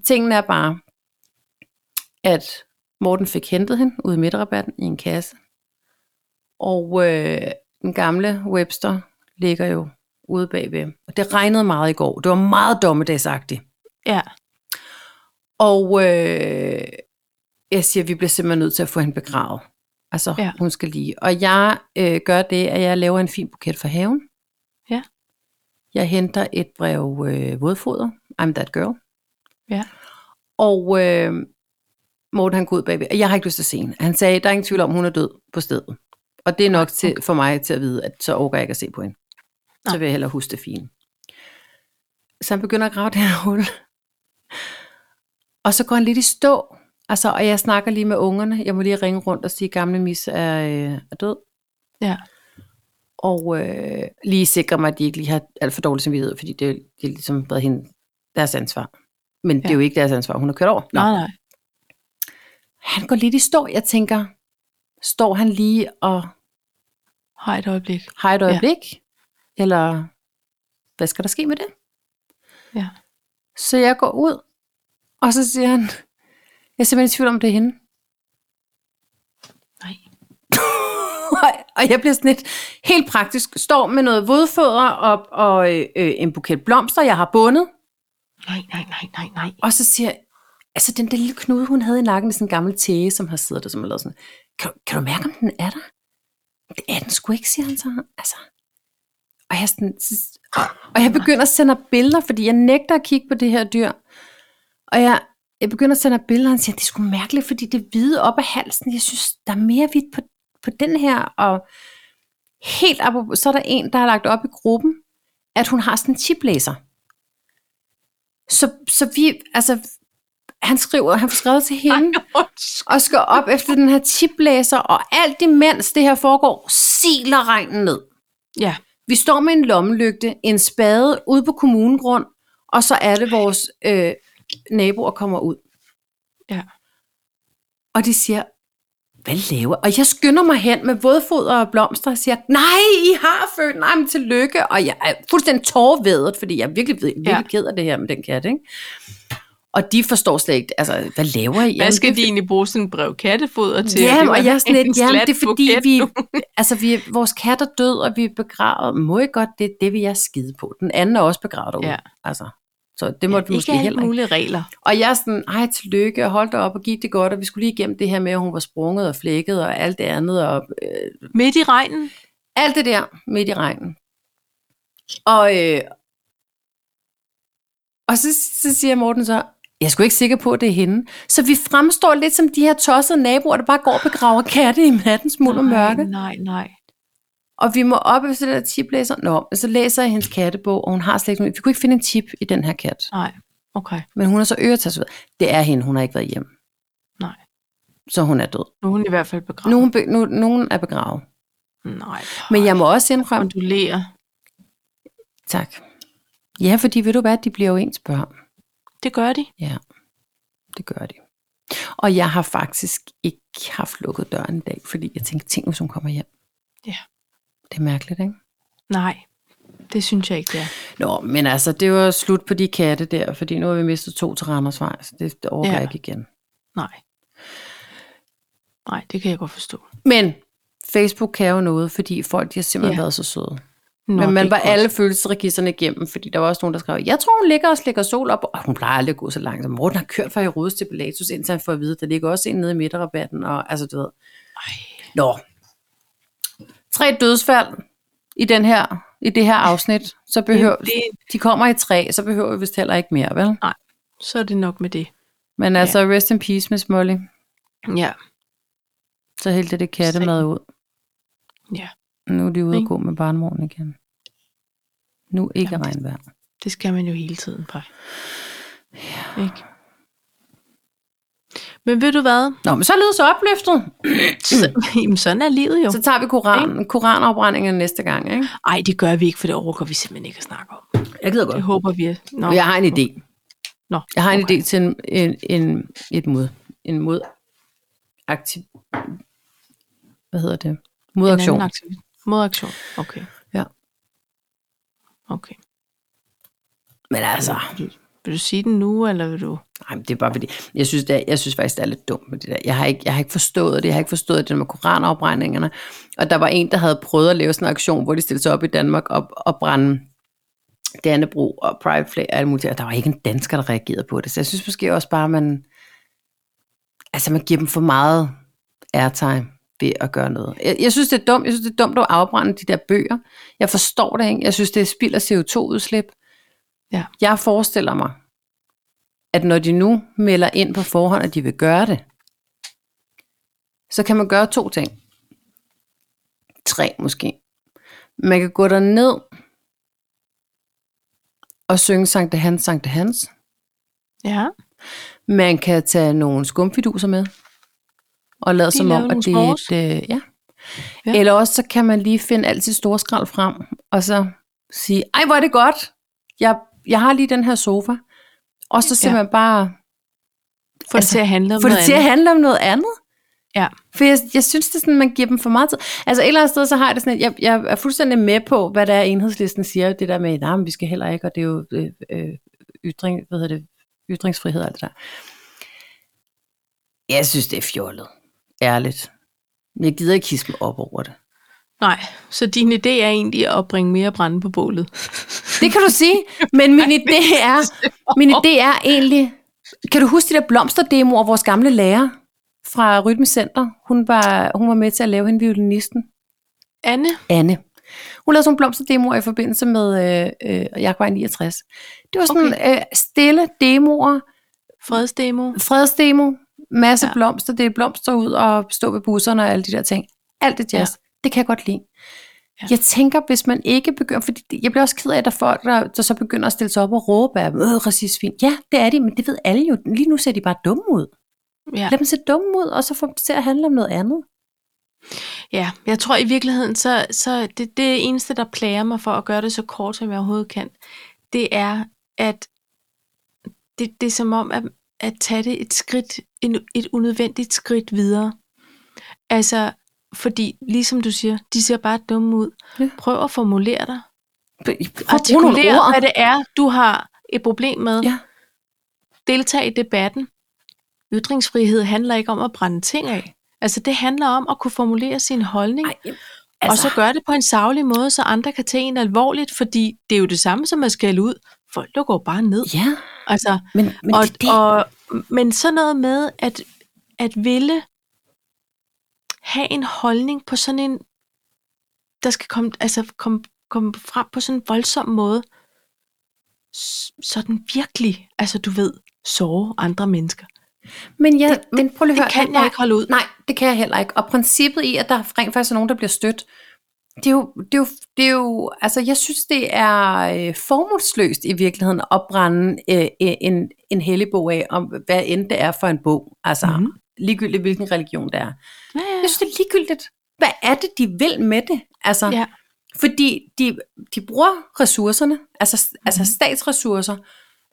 B: tingene er bare, at Morten fik hentet hende ude i midterrabatten i en kasse. Og øh, den gamle Webster ligger jo ude bagved. Og det regnede meget i går. Det var meget dommedagsagtigt.
A: Ja,
B: Og øh, jeg siger, at vi bliver simpelthen nødt til at få hende begravet. Altså, ja.
A: Ja.
B: hun skal lige. Og jeg øh, gør det, at jeg laver en fin buket for haven.
A: Ja.
B: Jeg henter et brev øh, vådfoder. I'm that girl.
A: Ja.
B: Og øh, Morten han går ud bagved. Og jeg har ikke lyst til at se hende. Han sagde, der er ingen tvivl om, hun er død på stedet. Og det er nok til, for mig til at vide, at så overgår jeg ikke at se på hende. Nej. Så
A: Nej.
B: vil jeg hellere huske det fint. Så han begynder at grave det her hul. Og så går han lidt i stå. Altså, og jeg snakker lige med ungerne. Jeg må lige ringe rundt og sige, at gamle mis er, øh, er død.
A: ja,
B: Og øh, lige sikre mig, at de ikke lige har alt for dårlig samvittighed, fordi det, det har ligesom været hende, deres ansvar. Men ja. det er
A: Ja.
B: jo ikke deres ansvar, hun har kørt over. Nå.
A: Nej, nej.
B: Han går lidt i stå, jeg tænker. Står han lige og
A: Har et øjeblik.
B: har et
A: Ja.
B: øjeblik? Ja. Eller hvad skal der ske med det?
A: Ja.
B: Så jeg går ud, og så siger han, jeg er simpelthen i tvivl om, det er hende.
A: Nej.
B: Og- og jeg bliver sådan lidt helt praktisk, står med noget vådfoder op og øh, øh, en buket blomster, jeg har bundet,
A: Nej, nej, nej, nej, nej.
B: og så siger jeg, altså den der lille knude, hun havde i nakken, det er sådan en gammel tæge, som har siddet der, som har lavet sådan, kan, du- kan du mærke, om den er der? Det er den sgu ikke, siger han så. Altså. Og jeg, er sådan, s- og- og jeg begynder at sende ham billeder, fordi jeg nægter at kigge på det her dyr. Og jeg, jeg begynder at sende ham billeder, og han siger, det er sgu mærkeligt, fordi det er hvide op af halsen. Jeg synes, der er mere hvidt på, på den her. Og helt apropos, så er der en, der har lagt op i gruppen, at hun har sådan en chiplæser. Så, så vi, altså, han skriver, han får skrevet til hende, og skal op efter den her tiplæser, og alt imens det her foregår, siler regnen ned.
A: Ja,
B: Vi står med en lommelygte, en spade ude på kommunegrund, og så er det vores øh, naboer kommer ud.
A: ja.
B: Og de siger, hvad laver? Og jeg skynder mig hen med vådfoder og blomster og siger, nej, I har født, nej, men tillykke. Og jeg er fuldstændig tårvedet, fordi jeg er virkelig, virkelig
A: Ja.
B: ja. ked af det her med den kat, ikke? Og de forstår slet ikke, altså, hvad laver I?
A: Hvad
B: Jamen,
A: skal
B: det-
A: de egentlig bruge sådan en brev kattefoder til?
B: Ja,
A: Det var
B: og jeg er sådan
A: en
B: lidt, jamen,
A: slat
B: det er fordi,
A: buket,
B: vi,
A: du.
B: altså, vi, vores kat er død, og vi er begravet. Må I godt, det er det, vi er skide på. Den anden er også begravet derude.
A: Ja.
B: Altså, så det måtte ja,
A: Ikke
B: vi måske
A: alle
B: heller ikke.
A: mulige regler.
B: Og jeg er sådan, ej, tillykke, og hold da op, og gik det godt, og vi skulle lige igennem det her med, at hun var sprunget og flækket og alt det andet, og øh,
A: Midt i regnen?
B: alt det der midt i regnen. Og, øh, og så, så siger Morten så, jeg er sgu ikke sikker på, at det er hende. Så vi fremstår lidt som de her tossede naboer, der bare går og begraver katte i nattens muld og mørke.
A: Nej, nej.
B: Og vi må op efter det der tiplæser. Nå, men så læser jeg hendes kattebog, og hun har slet ikke nogen- Vi kunne ikke finde en tip i den her kat.
A: Nej, okay.
B: Men hun er så øretatoveret. Det er hende, hun har ikke været hjemme.
A: Nej.
B: Så hun er død.
A: Nu er hun i hvert fald begravet.
B: Nogen, be, nu, nogen er begravet.
A: Nej.
B: Men jeg må også indrømme...
A: Kondolerer.
B: Tak. Ja, fordi ved du hvad, de bliver jo ens børn.
A: Det gør de.
B: Ja, det gør de. Og jeg har faktisk ikke haft lukket døren i dag, fordi jeg tænkte, tænk hvis hun kommer hjem.
A: Ja.
B: Det er mærkeligt, ikke?
A: Nej, det synes jeg ikke, det er.
B: Nå, men altså, det var slut på de katte der, fordi nu har vi mistet to til Randersvej, så det, det overgår
A: Ja.
B: ja. jeg ikke igen.
A: Nej. Nej, det kan jeg godt forstå.
B: Men Facebook kan jo noget, fordi folk de har simpelthen
A: Ja.
B: ja. været så søde.
A: Nå,
B: Nå, men
A: det
B: man
A: er
B: var
A: godt.
B: alle følelsesregisterne igennem, fordi der var også nogen, der skrev, jeg tror, hun ligger og slikker sol op. Og hun plejer aldrig at gå så langt. Så Morten har kørt fra Herodes til Pilatus, indtil han får at vide, der ligger også en nede i midterrabatten. Og, altså, du ved. Nå. Tre dødsfald i, den her, i det her afsnit. Så behøver,
A: Jamen, det-
B: de kommer i tre, så behøver vi vist heller ikke mere, vel?
A: Så er det nok med det.
B: Men altså, rest in peace, Miss Molly.
A: Ja,
B: Så hældte det kattemad ud.
A: ja.
B: Nu er de ude og
A: Ikke?
B: gå med barnvognen igen. Nu ikke
A: Jamen,
B: Jamen,
A: det-
B: regnvejr.
A: Det skal man jo hele tiden, Paj. Ja. Ikke? Men ved du hvad?
B: Nå, men så lyder så opløftet.
A: Så, jamen, sådan er livet jo.
B: Mm. Så tager vi koran, koranopbrændingerne næste gang, ikke?
A: Nej, det gør vi ikke, for det overgår vi simpelthen ikke at snakke om.
B: Jeg gider godt.
A: Det håber vi. at- Nå,
B: Jeg har en idé.
A: Nå,
B: Jeg har en
A: okay.
B: idé til en, en, en, et mod. En mod aktiv... Hvad hedder det? Modaktion.
A: En anden aktivitet. Modaktion. Okay.
B: Ja.
A: Okay.
B: Men altså,
A: Vil du, vil du sige den nu, eller vil du...
B: nej, men det er bare fordi, jeg synes, det er, jeg synes faktisk, det er lidt dumt med det der. Jeg har ikke, jeg har ikke forstået det. Jeg har ikke forstået det med koranafbrændingerne. Og der var en, der havde prøvet at lave sådan en aktion, hvor de stillede sig op i Danmark og, og brænde Dannebro og Pride Flag og alt muligt. Og der var ikke en dansker, der reagerede på det. Så jeg synes måske også bare, at man, altså man giver dem for meget airtime ved at gøre noget. Jeg, jeg synes, det er dumt. Jeg synes, det er dumt at afbrænde de der bøger. Jeg forstår det ikke. Jeg synes, det er spild af CO2-udslip.
A: Ja.
B: Jeg forestiller mig, at når de nu melder ind på forhånd, at de vil gøre det, så kan man gøre to ting. Tre måske. Man kan gå derned og synge Sankte Hans, Sankte Hans.
A: Ja.
B: Man kan tage nogle skumfiduser med og lade
A: De
B: som
A: lavede
B: om,
A: nogle
B: at det er et, øh, ja.
A: Ja.
B: ja. Eller også så kan man lige finde alt sit store skrald frem og så sige, ej hvor er det godt, jeg, jeg har lige den her sofa. Og så simpelthen ja. bare
A: Få altså, det til at handle om
B: få
A: noget
B: det til at
A: andet.
B: handle om noget andet.
A: Ja.
B: For jeg, jeg synes, det er sådan, man giver dem for meget tid. Altså et eller andet sted, så har jeg det sådan, at jeg, jeg er fuldstændig med på, hvad der er enhedslisten siger, det der med, nej, men vi skal heller ikke, og det er jo øh, øh, ytring, hvad hedder det, ytringsfrihed og alt det der. Jeg synes, det er fjollet. Ærligt. Men jeg gider ikke hisse mig op over det.
A: Nej, så din idé er egentlig at bringe mere brænde på bålet.
B: Det kan du sige, men min idé er, min idé er egentlig, kan du huske de der blomsterdemoer, vores gamle lærer fra Rytmecenter, hun var, hun var med til at lave hende violinisten,
A: Anne,
B: Anne. Hun lavede sådan nogle blomsterdemoer i forbindelse med øh, øh, Jaguar 69. Det var sådan okay. øh, stille demoer,
A: fredsdemo.
B: fredsdemo, masse
A: Ja.
B: ja. blomster, det er blomster ud og stå ved busserne og alle de der ting. Alt det jazz, ja. det kan jeg godt lide.
A: Ja.
B: Ja. Jeg tænker, hvis man ikke begynder, fordi det- jeg bliver også ked af, at der er folk, der, der så begynder at stille sig op og råbe af dem, øh, racistsvin. Ja, det er de, men det ved alle jo. Lige nu ser de bare dumme ud.
A: Ja.
B: Ja. Lad dem se dumme ud, og så få dem til at handle om noget andet.
A: Ja, jeg tror i virkeligheden, så, så det, det eneste, der plager mig for at gøre det så kort, som jeg overhovedet kan, det er, at det, det er som om at, at tage det et skridt, en, et unødvendigt skridt videre. Altså, fordi, ligesom du siger, de ser bare dumme ud.
B: Ja.
A: Prøv at formulere dig.
B: Prøv at bruge nogle
A: Artikulere,
B: ord.
A: hvad det er, du har et problem med.
B: Ja.
A: Deltag i debatten. Ytringsfrihed handler ikke om at brænde ting af. Altså, det handler om at kunne formulere sin holdning.
B: Ej, jamen,
A: Altså. Og så gør det på en savlig måde, så andre kan tage en alvorligt, fordi det er jo det samme som at skælde ud. Folk lukker jo bare ned.
B: Ja,
A: Altså,
B: men, men
A: og,
B: det, er det,
A: Og, men sådan noget med at, at ville have en holdning på sådan en, der skal komme, altså komme, komme frem på sådan en voldsom måde, s- sådan virkelig, altså du ved, såre andre mennesker.
B: men, ja, men prøv lige
A: Det
B: at høre.
A: kan
B: den
A: jeg
B: er-
A: ikke holde ud.
B: Nej, det kan jeg heller ikke. Og princippet i, at der rent faktisk er nogen, der bliver stødt, det er jo, det er jo, det er jo altså jeg synes, det er øh, formålsløst i virkeligheden at brænde øh, øh, en, en hellig bog af, om hvad end det er for en bog. Altså
A: Mhm.
B: mm-hmm. ligegyldigt, hvilken religion det er.
A: Ja, ja.
B: Jeg synes, det er ligegyldigt. Hvad er det, de vil med det? Altså,
A: Ja.
B: Fordi de, de bruger ressourcerne, altså, mm-hmm. altså
A: Mhm.
B: statsressourcer.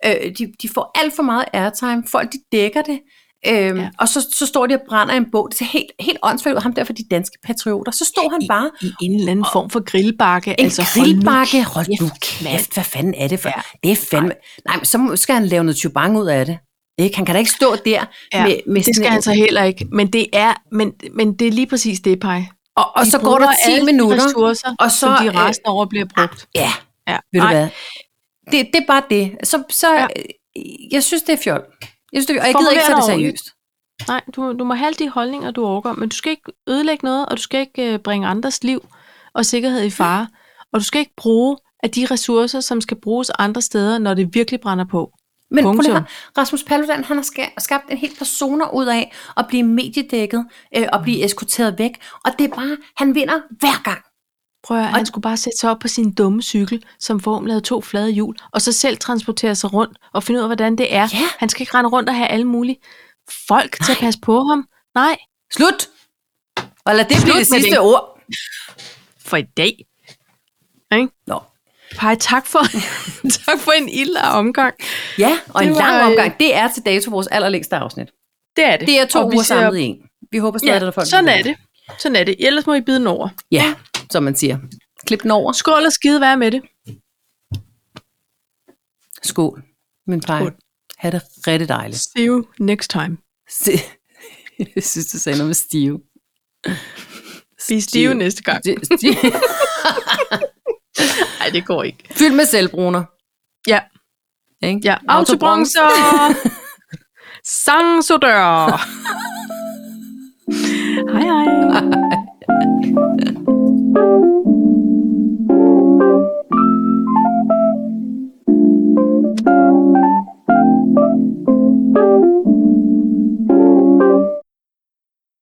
B: Øh, de, de får alt for meget airtime. Folk, de dækker det. Øhm,
A: Ja.
B: ja. Og så, så står de og brænder en bog. Det er helt, helt åndssvagt ud. Ham der for de danske patrioter. Så står han bare
A: I en eller anden form for grillbakke.
B: en
A: altså,
B: altså,
A: hold nu
B: grillbakke. Hold nu
A: kæft,
B: kæft, hvad fanden er det for?
A: Ja.
B: Ja. Det er fandme... Nej. Nej, men så må- skal han lave noget chubang ud af det. Ikke? Han kan da ikke stå der
A: Ja,
B: ja, med, med
A: Det
B: sådan
A: skal
B: en-
A: han så heller ikke, men det er, men, men det er lige præcis det, Paj.
B: Og, og
A: De
B: så går der
A: bruger
B: 10
A: alle de
B: minutter.
A: ressourcer,
B: og
A: som
B: så,
A: de
B: øh,
A: resten af året bliver brugt.
B: Ja,
A: Ja.
B: Ved du
A: Ej,
B: hvad? Det, det er bare det. Så, så
A: Ja.
B: ja. jeg synes, det er fjol. Jeg synes, det, og jeg gider
A: Formuler
B: ikke tage
A: dig
B: det
A: ordentligt.
B: seriøst.
A: Nej, du, du må have alle de holdninger, du overgår, men du skal ikke ødelægge noget, og du skal ikke øh, bringe andres liv og sikkerhed i fare. Og du skal ikke bruge af de ressourcer, som skal bruges andre steder, når det virkelig brænder på.
B: Men prøv lige
A: Punktum.
B: at høre, Rasmus Paludan, han har ska- skabt en hel personer ud af at blive mediedækket øh, og blive eskorteret væk. Og det er bare, han vinder hver gang.
A: Prøv at, høre, han skulle bare sætte sig op på sin dumme cykel, som form lavede to flade hjul, og så selv transportere sig rundt og finde ud af, hvordan det er.
B: Ja.
A: Han skal ikke rende rundt og have alle mulige folk til at passe på ham. Nej,
B: Slut! Og lad det
A: Slut
B: blive det
A: med
B: sidste
A: det.
B: ord.
A: for i dag. Ikke?
B: Nå.
A: Pej, tak for, tak for en ild af omgang.
B: Ja, og
A: Det
B: en
A: var,
B: lang
A: øh,
B: omgang. Det er til dato vores allerlængste afsnit.
A: Det er det.
B: Det er to
A: Og vi
B: uger
A: ser-
B: samlet i en. Vi håber stadig,
A: Ja,
B: at der er folk. der
A: sådan
B: lytter
A: er
B: med.
A: det. Sådan er det. Ellers må I bide den over.
B: Ja, som man siger. Klip den over.
A: Skål og skide være med det.
B: Skål, min far.
A: Skål.
B: Ha' det rigtig dejligt.
A: See you next time.
B: Se- Jeg synes, du sagde noget med stive.
A: Vi er stive næste gang.
B: Sti- sti-
A: Nej, det går ikke.
B: Fyld med selvbruner.
A: Ja,
B: Ikke?
A: ja. Autobronzer. Sangsodør. hej hej.